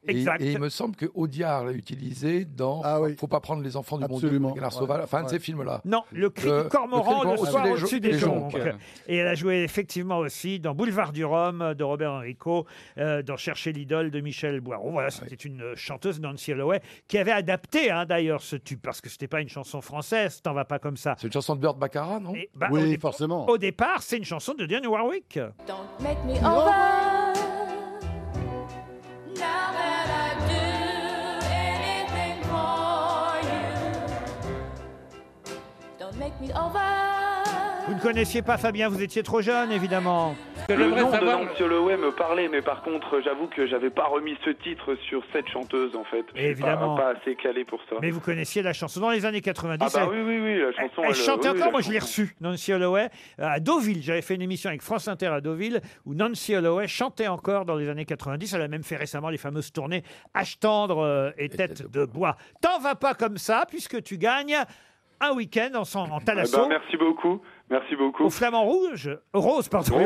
Et, Exact. et il me semble que Audiard l'a utilisé dans Faut pas prendre les enfants du Ah Absolument. monde, Canard Ouais, Sauvage, enfin un de ouais. ces films-là. Non, le cri Euh, du cormoran Le le, Cri du soir Cormoran au-dessus des, joncs. ouais. Et elle a joué effectivement aussi dans Boulevard du Rhum de Robert Enrico, euh, dans Chercher l'idole de Michel Boiron. Voilà, c'était une euh, chanteuse, Nancy Holloway, qui avait adapté hein, d'ailleurs ce tube, parce que c'était pas une chanson française, t'en vas pas comme ça. C'est une chanson de Burt Baccarat, non Oui, forcément. Au départ, c'est une chanson de Dionne Warwick. Don't make me over. Now that I do anything for you. Don't make me over. Vous ne connaissiez pas Fabien, vous étiez trop jeune, évidemment. Le nom de Nancy Holloway me parlait, mais par contre, j'avoue que j'avais pas remis ce titre sur cette chanteuse, en fait. Je suis Évidemment. Pas, pas assez calé pour ça. Mais vous connaissiez la chanson dans les années 90. Ah bah elle- oui, oui, oui, la chanson. Elle chantait oui, encore, la moi je l'ai chanson. reçue, Nancy Holloway, euh, à Deauville. J'avais fait une émission avec France Inter à Deauville où Nancy Holloway chantait encore dans les années 90. Elle a même fait récemment les fameuses tournées H tendre euh, et tête de bois. T'en vas pas comme ça puisque tu gagnes un week-end en, s'en- en Eh ben, Thalasso. merci beaucoup, merci beaucoup. au flamand rouge, euh, rose, pardon. Ah,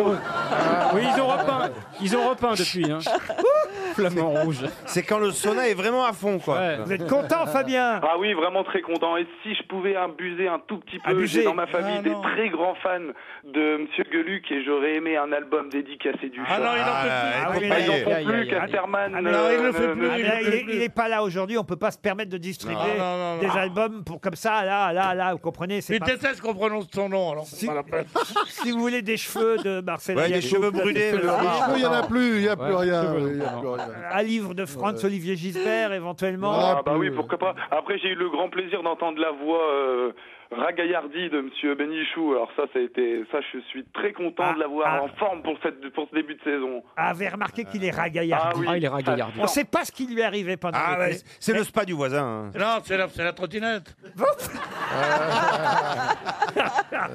Ah oui, ils ont repeint. Ils ont repeint depuis. Hein. Flamand rouge. C'est quand le sauna est vraiment à fond, quoi. Vous êtes content, Fabien Ah oui, vraiment très content. Et si je pouvais abuser un tout petit peu, Abuser. j'ai dans ma famille Ah, des non. très grands fans de Monsieur Gueluc et j'aurais aimé un album dédicacé du chat. non, il en peut plus. Ah Ah, oui, il mais peut ils en pas y aller. font Aïe, aïe, plus. euh, aïe. Casterman. Ah, ne- non, il le ne- fait plus, ne- Ah, mais il est- il n'est pas là aujourd'hui, on ne peut pas se permettre de distribuer Non, non, non, non. des albums pour comme ça, là, là, là, vous comprenez c'est Il pas- déteste qu'on prononce son nom, alors c'est pas la peine. Si vous voulez des cheveux de Marcel Ouais, des Ayago, cheveux vous brûlés, avez- le- Ah, Il n'y en a plus, il n'y a plus Ouais, rien. c'est bon, il y a bon. plus rien. Un livre de Franz Olivier Gisbert éventuellement. Ah, bah Ah bah oui, pourquoi pas. Après, j'ai eu le grand plaisir d'entendre la voix euh, ragaillardie de Monsieur Benichou. Alors ça, ça a été, ça, je suis très content de l'avoir en forme pour cette, pour ce début de saison. Ah, vous avez remarqué qu'il est ragaillardi. Ah oui. Ah, il est ragaillardi. On ne sait pas ce qui lui est arrivé pendant Ah, les ouais, tests. c'est le spa du voisin. hein. Non, c'est la, c'est la trottinette.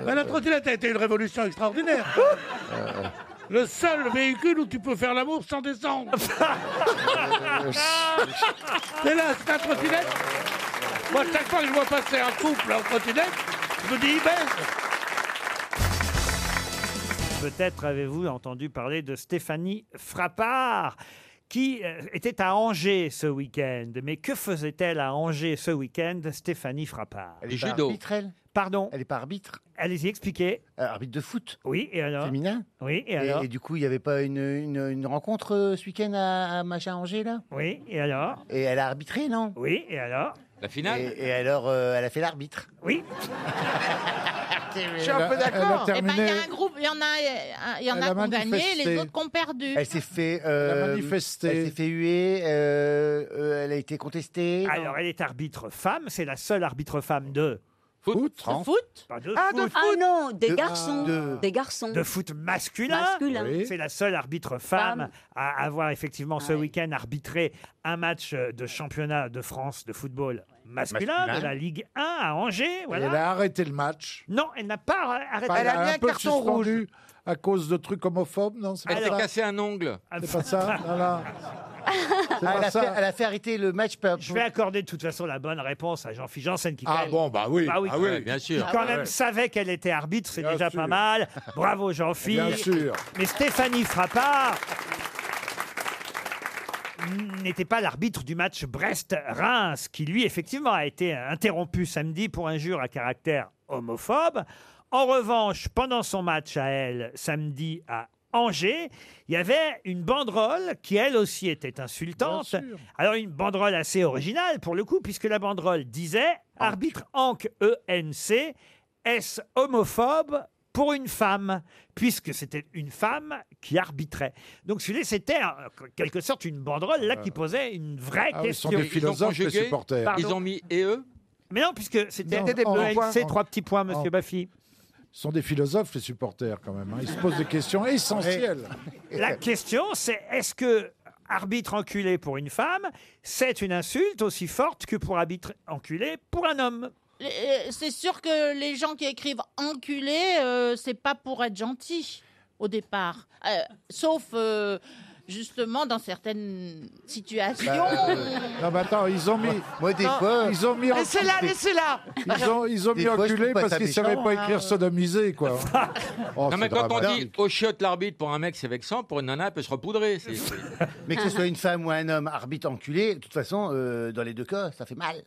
Mais la trottinette a été une révolution extraordinaire. Euh, Le seul véhicule où tu peux faire l'amour sans descendre. c'est là, c'est la trottinette. Moi, chaque fois que je vois passer un couple en trottinette, je me dis, ben, Peut-être avez-vous entendu parler de Stéphanie Frappard qui euh, était à Angers ce week-end. Mais que faisait-elle à Angers ce week-end, Stéphanie Frappard Elle est pas judo. arbitre, elle Pardon Elle n'est pas arbitre Euh, Allez-y, expliquez. arbitre de foot Oui, et alors Féminin Oui, et alors et, du coup, il n'y avait pas une, une- une rencontre euh, ce week-end à, à Machin Angers, là Oui, et alors Et elle a arbitré, non Oui, et alors La finale Et, et alors, euh, elle a fait l'arbitre Oui Je suis un peu d'accord. Eh ben, Il y a terminé- un groupe, il y en a, euh, il y en Elle a, a qui ont gagné, manifesté. les autres qui ont perdu. Elle s'est fait. euh, Elle a manifesté. Elle s'est fait huer, euh, euh, elle a été contestée. Alors, elle est arbitre femme, c'est la seule arbitre femme de... Foot. De foot Pas de Ah, de foot. foot. Ah non, des De- garçons. de- Des garçons. De foot masculin. Masculin. Oui. C'est la seule arbitre femme à avoir effectivement Ah ce week-end arbitré un match de championnat de France de football masculin, Masculin. de la Ligue 1 à Angers. Et Voilà. Elle a arrêté le match. Non, elle n'a pas ar- arrêté. Enfin, elle a un peu suspendu à cause de trucs homophobes, non C'est Elle s'est pas ça cassé un ongle. C'est pas ça Voilà. Ah, Elle pas a, ça. fait, elle a fait arrêter le match. par- Je vais accorder de toute façon la bonne réponse à Jean-Philippe Janssen qui Ah quand même- bon, bah oui, ah oui, qui- bien qui sûr. quand Ah même ouais. savait qu'elle était arbitre, c'est Bien déjà sûr. pas mal. Bravo Jean-Philippe. Bien sûr. Mais Stéphanie Frappard n'était pas l'arbitre du match Brest-Reims, qui lui, effectivement, a été interrompu samedi pour injure à caractère homophobe. En revanche, pendant son match à elle, samedi à Angers, il y avait une banderole qui, elle aussi, était insultante. Alors, une banderole assez originale, pour le coup, puisque la banderole disait « Arbitre Anc ENC, est-ce homophobe pour une femme, puisque c'était une femme qui arbitrait. Donc celui-là, c'était en quelque sorte une banderole là qui posait une vraie Euh. Ah oui, ce sont question. des philosophes, Ils ont conjugué, les supporters. ils ont mis et eux. Mais non, puisque c'était Non, C'était des en- petits points. ENC, trois petits points, Monsieur en- Baffy. Ce sont des philosophes, les supporters, quand même. hein. Ils se posent des questions essentielles. La question, c'est est-ce que arbitre enculé pour une femme, c'est une insulte aussi forte que pour arbitre enculé pour un homme Les- euh, C'est sûr que les gens qui écrivent enculé, euh, c'est pas pour être gentil au départ. Euh, sauf euh, justement dans certaines situations. Bah, euh, Non, mais attends, ils ont mis. Non. fois- Ils ont mis. en- Laissez-la, laissez-la. Ils ont, ils ont Des mis fois, je enculé trouve pas parce ça qu'ils ne savaient méchant, pas hein. écrire sodomisé, quoi. Oh, non, mais c'est quand on dit dramatique. au chiotte l'arbitre pour un mec, c'est vexant. Pour une nana, elle peut se repoudrer. C'est- c'est- Mais que ce soit une femme ou un homme arbitre enculé, de toute façon, euh, dans les deux cas, ça fait mal.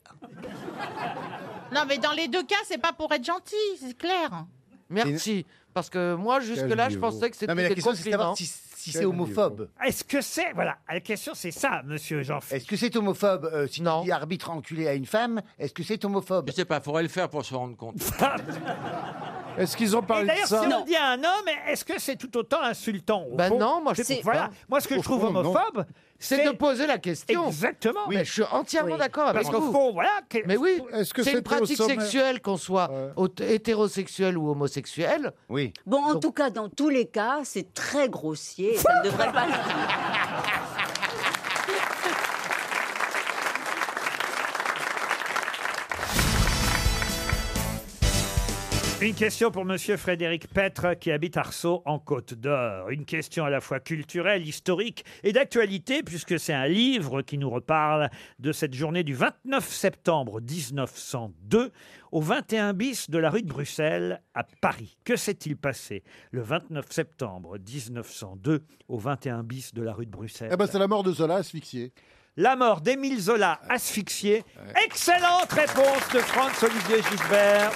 Non, mais dans les deux cas, c'est pas pour être gentil, c'est clair. Merci. Parce que moi, jusque-là, je pensais que c'était des compliments. Est-ce que c'est voilà la question c'est ça, Monsieur jean Est-ce que c'est homophobe euh, si tu dis arbitre enculé à une femme Est-ce que c'est homophobe Je sais pas, faudrait le faire pour se rendre compte. Est-ce qu'ils ont Et parlé de d'ailleurs, si ça on dit à un homme, est-ce que c'est tout autant insultant au Ben fond non, moi, je C'est- sais voilà. pas. Moi, ce que Au je trouve fond, non. homophobe, C'est de poser la question. Exactement. Mais je suis entièrement Oui. d'accord avec Parce qu'au vous. fond, voilà. Mais oui, Est-ce que c'est une c'était au pratique sommet sexuelle, qu'on soit hot- hétérosexuel ou homosexuel. Oui. Bon, en tout cas, dans tous les cas, c'est très grossier. et Ça ne devrait pas. Une question pour Monsieur Frédéric Petre qui habite Arceau en Côte d'Or. Une question à la fois culturelle, historique et d'actualité puisque c'est un livre qui nous reparle de cette journée du 29 septembre 1902 au 21 bis de la rue de Bruxelles à Paris. Que s'est-il passé le 29 septembre 1902 au 21 bis de la rue de Bruxelles Eh ben, c'est la mort de Zola asphyxié. La mort d'Émile Zola asphyxié. Excellente réponse de Franz-Olivier Gisbert.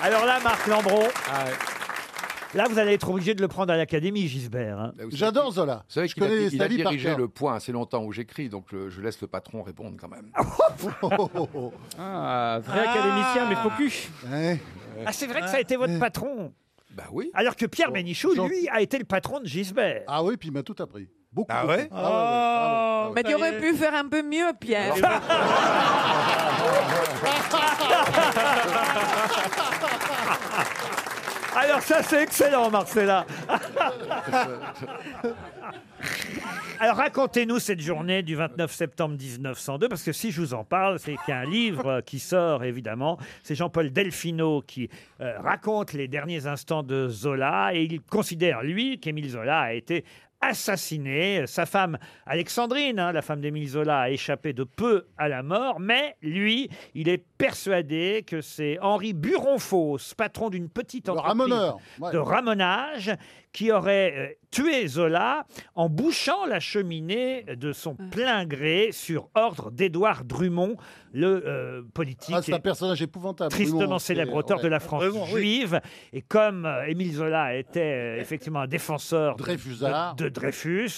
Alors là, Marc Lambron. Ah Là, vous allez être obligé de le prendre à l'Académie, Gisbert. Bah hein. J'adore Zola. Vous savez Je qu'il a, connais il a Sally par dirigé cœur. le point assez longtemps où j'écris, donc euh, je laisse le patron répondre quand même. Oh, Ah, vrai académicien, mais focus. Ah, c'est vrai que ça a été votre patron. Bah oui. Alors que Pierre Bénichou, Jean- lui, a été le patron de Gisbert. Ah oui, puis il m'a tout appris. Beaucoup. Ah ouais ah Oh, mais tu aurais pu faire un peu mieux, Pierre. Alors ça, c'est excellent, Marcella. Alors racontez-nous cette journée du 29 septembre 1902, parce que si je vous en parle, c'est qu'il y a un livre euh, qui sort, évidemment. C'est Jean-Paul Delfino qui euh, raconte les derniers instants de Zola, et il considère, lui, qu'Émile Zola a été assassiné. Sa femme Alexandrine, hein, la femme d'Émile Zola, a échappé de peu à la mort, mais lui, il est persuadé que c'est Henri Buronfos, patron d'une petite entreprise ramoneur, ouais. de ramonage qui aurait euh, tué Zola en bouchant la cheminée de son plein gré sur ordre d'Édouard Drummond, le euh, politique Ah, c'est et un personnage épouvantable. tristement Drummond, célèbre c'est- auteur ouais. de la France Drummond, oui. juive. Et comme euh, Émile Zola était euh, effectivement un défenseur de- Dreyfusard. de, de Dreyfus,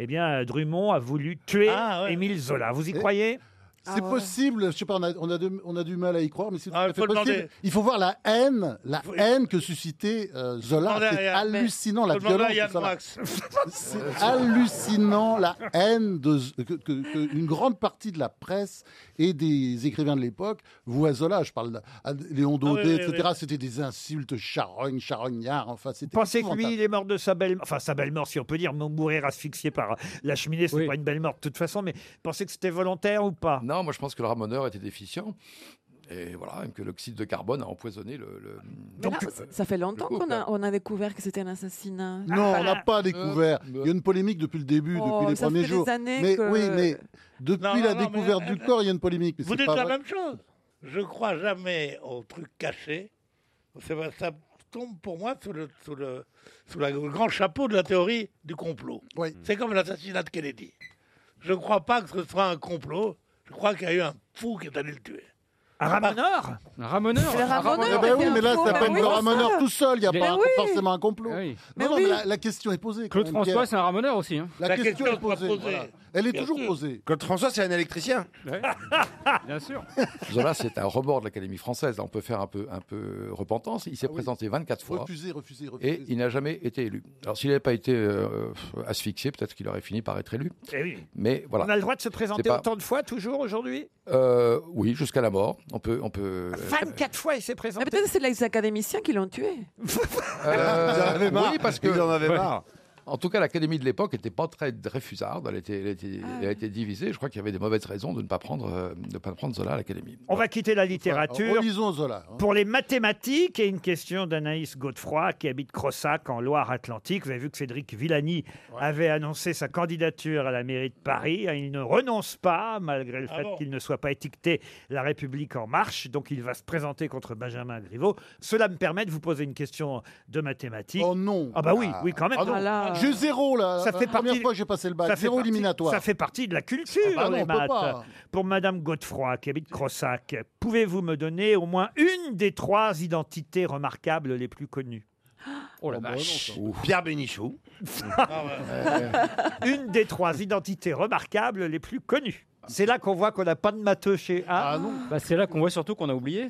eh bien euh, Drummond a voulu tuer Ah, Émile Zola. Vous y Et- croyez Ah C'est possible, je sais pas, on a, on, a du, on a du mal à y croire, mais c'est tout à fait Ah, faut possible. demander. Il faut voir la haine, la haine que suscitait euh, Zola. Demander à C'est Yann- hallucinant la faut demander à violence. de Yann Zola. Moix. C'est hallucinant la haine de, que, que- que une grande partie de la presse et des écrivains de l'époque voient Zola. Je parle de à Léon Ah oui, Daudet, oui, etc. C'était des insultes charognes, charognards. Enfin, c'était. Pensez que lui, épouvantable. il est mort de sa belle mort. Enfin, sa belle mort, si on peut dire, mais mourir asphyxié par la cheminée, c'est pas une belle mort de toute façon, mais pensez que c'était volontaire ou pas Non, moi je pense que le ramoneur était déficient. Et voilà, que l'oxyde de carbone a empoisonné le. le- Mais là, ça- ça fait longtemps couple, qu'on a, on a découvert que c'était un assassinat. bah. Ah, Non, Ah. on n'a pas découvert. Il y a une polémique depuis le début, Oh, depuis les ça premiers fait des jours. années mais que- oui, mais depuis Non, non, la non, mais- découverte du euh, corps, il y a une polémique. mais Vous c'est dites pas la vrai. même chose. Je crois jamais aux trucs cachés. Ça, va- ça tombe pour moi sous le, sous le, sous la- le grand chapeau de la théorie du complot. C'est comme l'assassinat de Kennedy. Je ne crois pas que ce soit un complot. Je crois qu'il y a eu un fou qui est allé le tuer. Ah, bah, Un ramoneur Un ramoneur Eh ben oui, mais là, ça Ah s'appelle le ramoneur tout seul. Il n'y a Ben Mais pas oui. forcément un complot. Ah oui. Non, Mais non, oui. mais la, la question est posée. quand Claude même, François, Pierre. c'est un ramoneur aussi. hein. La, question, est posée. voilà. Elle est toujours posée. Claude François, c'est un électricien. Bien sûr. Zola, c'est un rebord de l'Académie française. Là, on peut faire un peu, un peu repentance. Ah Il s'est présenté 24 fois. Refusé, refusé, refusé. Et il n'a jamais été élu. Alors, s'il n'avait pas été euh, asphyxié, peut-être qu'il aurait fini par être élu. Eh oui. Mais voilà. On a le droit de se présenter C'est pas- autant de fois, toujours, aujourd'hui Euh, oui, jusqu'à la mort. On peut. On peut 24 fois, il s'est présenté. Mais Ah, peut-être c'est les académiciens qui l'ont tué. Euh, Ils en avaient marre. Oui, parce que. Ils en avaient marre. En tout cas, l'académie de l'époque n'était pas très réfusarde. Elle, était, elle, était- Ah elle a été divisée. Je crois qu'il y avait des mauvaises raisons de ne pas prendre, euh, de ne pas prendre Zola à l'académie. On va quitter la littérature. Relisons Zola. hein. Pour les mathématiques, et une question d'Anaïs Godefroy qui habite Crossac en Loire-Atlantique. Vous avez vu que Cédric Villani avait annoncé sa candidature à la mairie de Paris. Il ne renonce pas, malgré le Ah fait bon qu'il ne soit pas étiqueté La République en marche. Donc il va se présenter contre Benjamin Griveaux. Cela me permet de vous poser une question de mathématiques. Oh non Ah bah oui, oui quand même. Ah non. J'ai zéro là. Ça fait la première partie- fois que j'ai passé le bac. Ça fait Zéro partie- éliminatoire. Ça fait partie de la culture, Ah bah non, les on peut maths. pas. Pour Madame Godefroy, qui habite Crossac, pouvez-vous me donner au moins une des trois identités remarquables les plus connues Oh la vache. Pierre Bénichou. Ah Une des trois identités remarquables les plus connues. C'est là qu'on voit qu'on n'a pas de matheux chez A. Bah, c'est là qu'on voit surtout qu'on a oublié.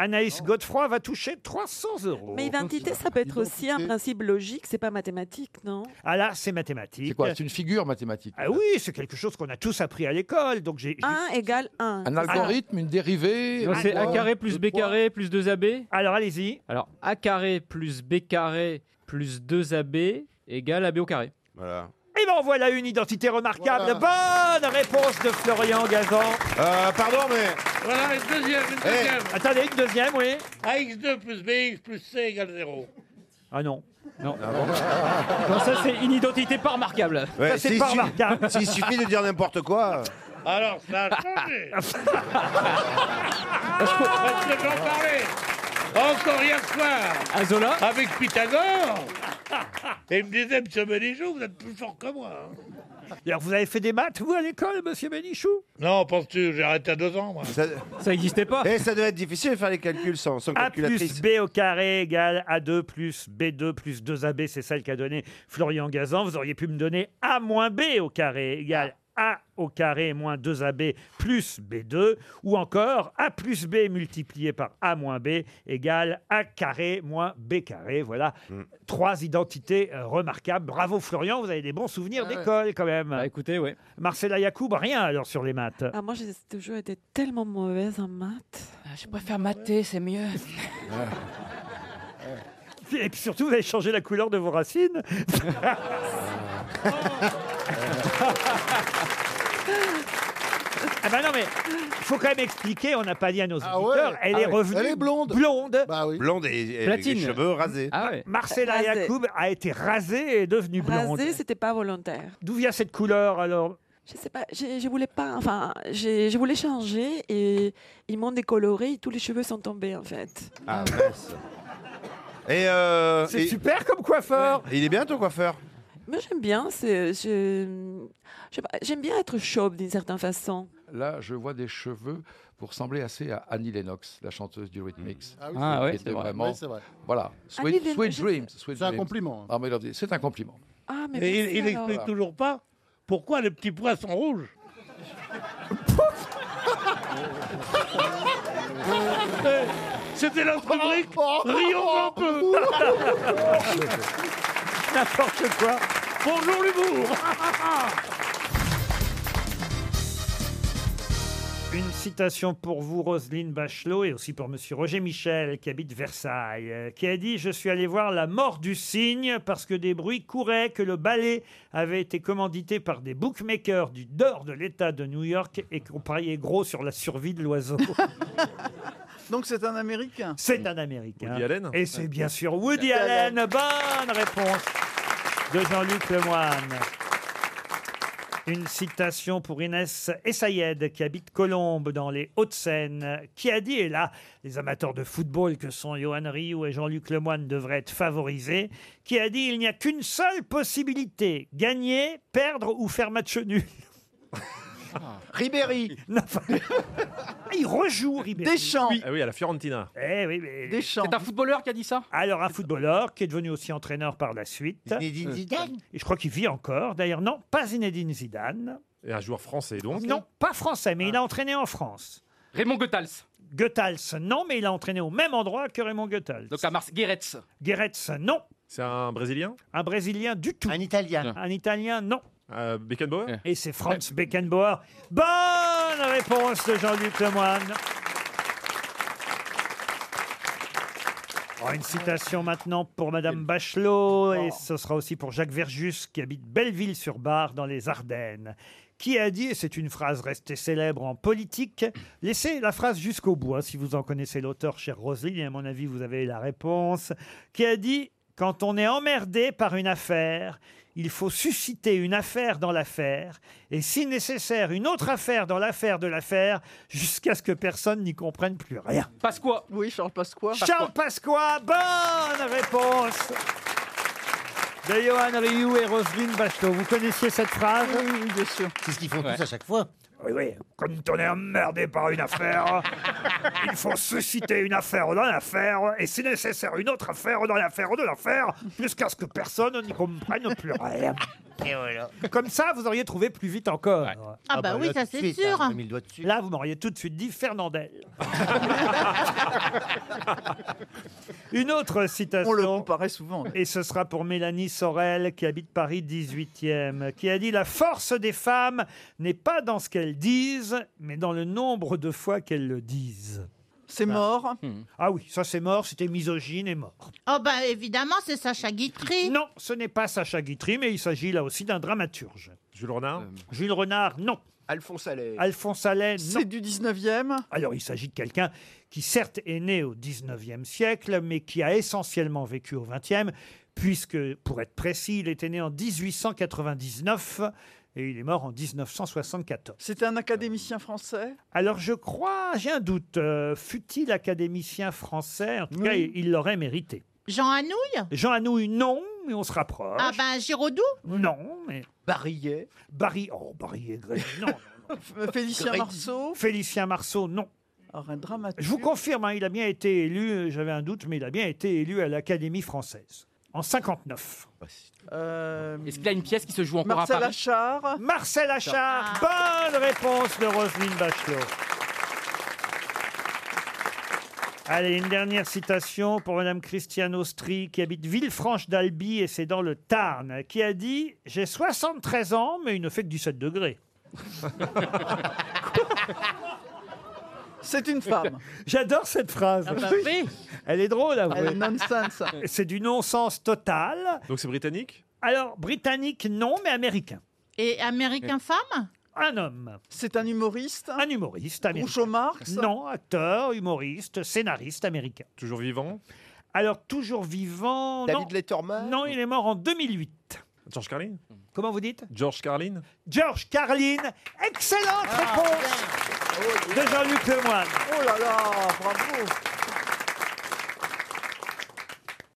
Anaïs Godefroy va toucher 300 euros. Mais identité, ça peut être aussi un principe logique, c'est pas mathématique, non Ah là, c'est mathématique. C'est quoi C'est une figure mathématique. Ah oui, c'est quelque chose qu'on a tous appris à l'école. Donc j'ai. 1 égale 1. Un algorithme, une Ah, dérivée. Non, c'est un A droit. carré plus B carré plus 2AB. Alors allez-y. Alors A carré plus B carré plus 2AB égale AB au carré. Voilà. Et ben voilà une identité remarquable. Bonne réponse de Florian Gazan. Euh, pardon, mais. Eh. Voilà une deuxième, Eh. une deuxième. Attendez, une deuxième, oui. AX2 plus BX plus C égale 0. Ah non. Non. Non, ça c'est une identité pas remarquable. Ouais, ça c'est s'il pas su- remarquable. S'il suffit de dire n'importe quoi. Alors, ça a changé. Parce que j'en parlais encore hier soir. Avec Pythagore. Et il me disait, monsieur Benichou, vous êtes plus fort que moi. hein. Alors, vous avez fait des maths, vous, à l'école, monsieur Bénichou Non, penses-tu, j'ai arrêté à deux ans, moi. Ça n'existait pas. Et ça devait être difficile de faire les calculs sans, sans A plus calculatrice. B au carré égale A2 plus B2 plus 2AB, c'est celle qu'a donné Florian Gazan. Vous auriez pu me donner A moins B au carré égale A au carré moins 2AB plus B2, ou encore A plus B multiplié par A moins B égale A carré moins B carré. Voilà Hmm. trois identités euh, remarquables. Bravo Florian, vous avez des bons souvenirs Ah ouais. d'école quand même. écoutez, oui. Marcela Yacoub, rien alors sur les maths. Ah, moi, j'ai toujours été tellement mauvaise en maths. Ah, je préfère mater, c'est mieux. Et puis surtout, vous avez changé la couleur de vos racines. Ah bah non mais il faut quand même expliquer, on n'a pas dit à nos auditeurs, ouais, elle ah est ouais, revenue elle est blonde. Bah blonde, Ah Blonde et, et avec les cheveux rasés. Ah Marcela Rasée. Yacoub a été rasée et est devenue blonde. Rasée, c'était pas volontaire. D'où vient cette couleur alors Je sais pas, je, je voulais pas, enfin, je, je voulais changer et ils m'ont décoloré et tous les cheveux sont tombés en fait. Ah, mince. Et euh, C'est et- super comme coiffeur. Il est bien ton coiffeur. Mais j'aime bien, c'est, je, je sais pas, j'aime bien être chauve d'une certaine façon. Là, je vois des cheveux pour sembler assez à Annie Lennox, la chanteuse du Rhythmix. Ah oui, Ah c'est- ouais, Qui c'est était vrai. vraiment- Ouais, c'est vrai. Voilà. Annie Sweet, Lennox, Sweet je- Dreams. Sweet C'est un Dreams. Ah, compliment. hein. Army Love Thee. C'est un compliment. Ah, mais Et merci il, il alors. explique toujours pas pourquoi les petits pois sont rouges. Eh, C'était notre rubrique. Rions un peu. N'importe quoi. Bonjour l'humour. Une citation pour vous, Roselyne Bachelot, et aussi pour Monsieur Roger Michel, qui habite Versailles, euh, qui a dit « Je suis allé voir la mort du cygne parce que des bruits couraient que le ballet avait été commandité par des bookmakers du dehors de l'État de New York et qu'on pariait gros sur la survie de l'oiseau. Donc c'est un Américain. » C'est un Américain. Woody Allen Et c'est bien sûr Woody Woody Allen. Allen. Bonne réponse de Jean-Luc Lemoine. Une citation pour Inès Essayed, qui habite Colombes, dans les Hauts-de-Seine, qui a dit, et là, les amateurs de football que sont Johan Rioux et Jean-Luc Lemoyne devraient être favorisés, qui a dit « Il n'y a qu'une seule possibilité, gagner, perdre ou faire match nul. » Ribéry Il rejoue Ribéry. Deschamps. Oui. Ah oui, à la Fiorentina. Eh oui, mais... C'est un footballeur qui a dit ça Alors, un footballeur qui est devenu aussi entraîneur par la suite. Zinedine Zidane Et je crois qu'il vit encore. D'ailleurs, non, pas Zinedine Zidane. Et un joueur français donc. Non, pas français, mais il a entraîné en France. Ah. Raymond Goethals. Goethals, non, mais il a entraîné au même endroit que Raymond Goethals. Donc à Mars Guéretz. Guéretz, non. C'est un Brésilien Un Brésilien du tout. Un Italien. Un Italien, non. Euh, Beckenbauer Et c'est Franz Beckenbauer. Bonne réponse de Jean-Luc Lemoyne. Oh, une citation maintenant pour Madame Bachelot, et ce sera aussi pour Jacques Verjus, qui habite Belleville-sur-Bar, dans les Ardennes, qui a dit, et c'est une phrase restée célèbre en politique, laissez la phrase jusqu'au bout, hein, si vous en connaissez l'auteur, chère Roselyne, et à mon avis, vous avez la réponse, qui a dit Quand on est emmerdé par une affaire, il faut susciter une affaire dans l'affaire, et si nécessaire, une autre affaire dans l'affaire de l'affaire, jusqu'à ce que personne n'y comprenne plus rien. Pasqua. Oui, Charles Pasqua. Charles Pasqua, bonne réponse de Johan Rioux et Roselyne Bachelot. Vous connaissiez cette phrase Oui, bien sûr. C'est ce qu'ils font tous à chaque fois. Oui, oui. Quand on est emmerdé par une affaire, il faut susciter une affaire dans l'affaire, et si nécessaire, une autre affaire dans l'affaire de l'affaire, jusqu'à ce que personne n'y comprenne plus rien. Et voilà. Comme ça, vous auriez trouvé plus vite encore. Hein. Ah bah bah oui, là, ça, tout de c'est suite, sûr. hein, on a mis Là, vous m'auriez tout de suite dit Fernandel. Une autre citation. On le comparait souvent. Et ce sera pour Mélanie Sorel, qui habite Paris 18e, qui a dit La force des femmes n'est pas dans ce qu'elles disent, mais dans le nombre de fois qu'elles le disent. C'est mort Ah oui, ça c'est mort, c'était misogyne et mort. Oh bah évidemment, c'est Sacha Guitry. Non, ce n'est pas Sacha Guitry, mais il s'agit là aussi d'un dramaturge. Jules Renard Jules Renard, non. Alphonse Allais. Alphonse Allais, non. C'est du 19e Alors, il s'agit de quelqu'un qui, certes, est né au 19e siècle, mais qui a essentiellement vécu au 20e, puisque, pour être précis, il était né en 1899 et il est mort en 1974. C'était un académicien français Alors, je crois, j'ai un doute, euh, fut-il académicien français En tout cas, il il l'aurait mérité. Jean Anouilh Jean Anouilh, non, mais on se rapproche. Ah ben Giraudoux Non, mais... Barillet Barry... Oh, Barillet, Grégory, non. Euh, Félicien Grégory. Marceau Félicien Marceau, non. Alors, un dramaturge. Je vous confirme, hein, il a bien été élu, euh, j'avais un doute, mais il a bien été élu à l'Académie française. en 59. Est-ce qu'il y a une pièce qui se joue encore à Euh, Marcel Paris Ah. Achard. Marcel Achard. Bonne réponse de Roselyne Bachelot. Allez, une dernière citation pour Madame Christiane Austri, qui habite Villefranche d'Albi, et c'est dans le Tarn, qui a dit « J'ai 73 ans, mais il ne fait que 17 degrés. » C'est une femme. J'adore cette phrase. Ah bah oui. Elle est drôle, à Elle est nonsense. C'est du non-sens total. Donc c'est britannique Alors, britannique, non, mais américain. Et américain femme Un homme. C'est un humoriste Un humoriste américain. Groucho Marx Non, acteur, humoriste, scénariste américain. Toujours vivant Alors, toujours vivant. David Letterman Non, il est mort en 2008. George Carlin Comment vous dites George Carlin George Carlin Ah, Excellente réponse de Jean-Luc Lemoyne. Oh là là, bravo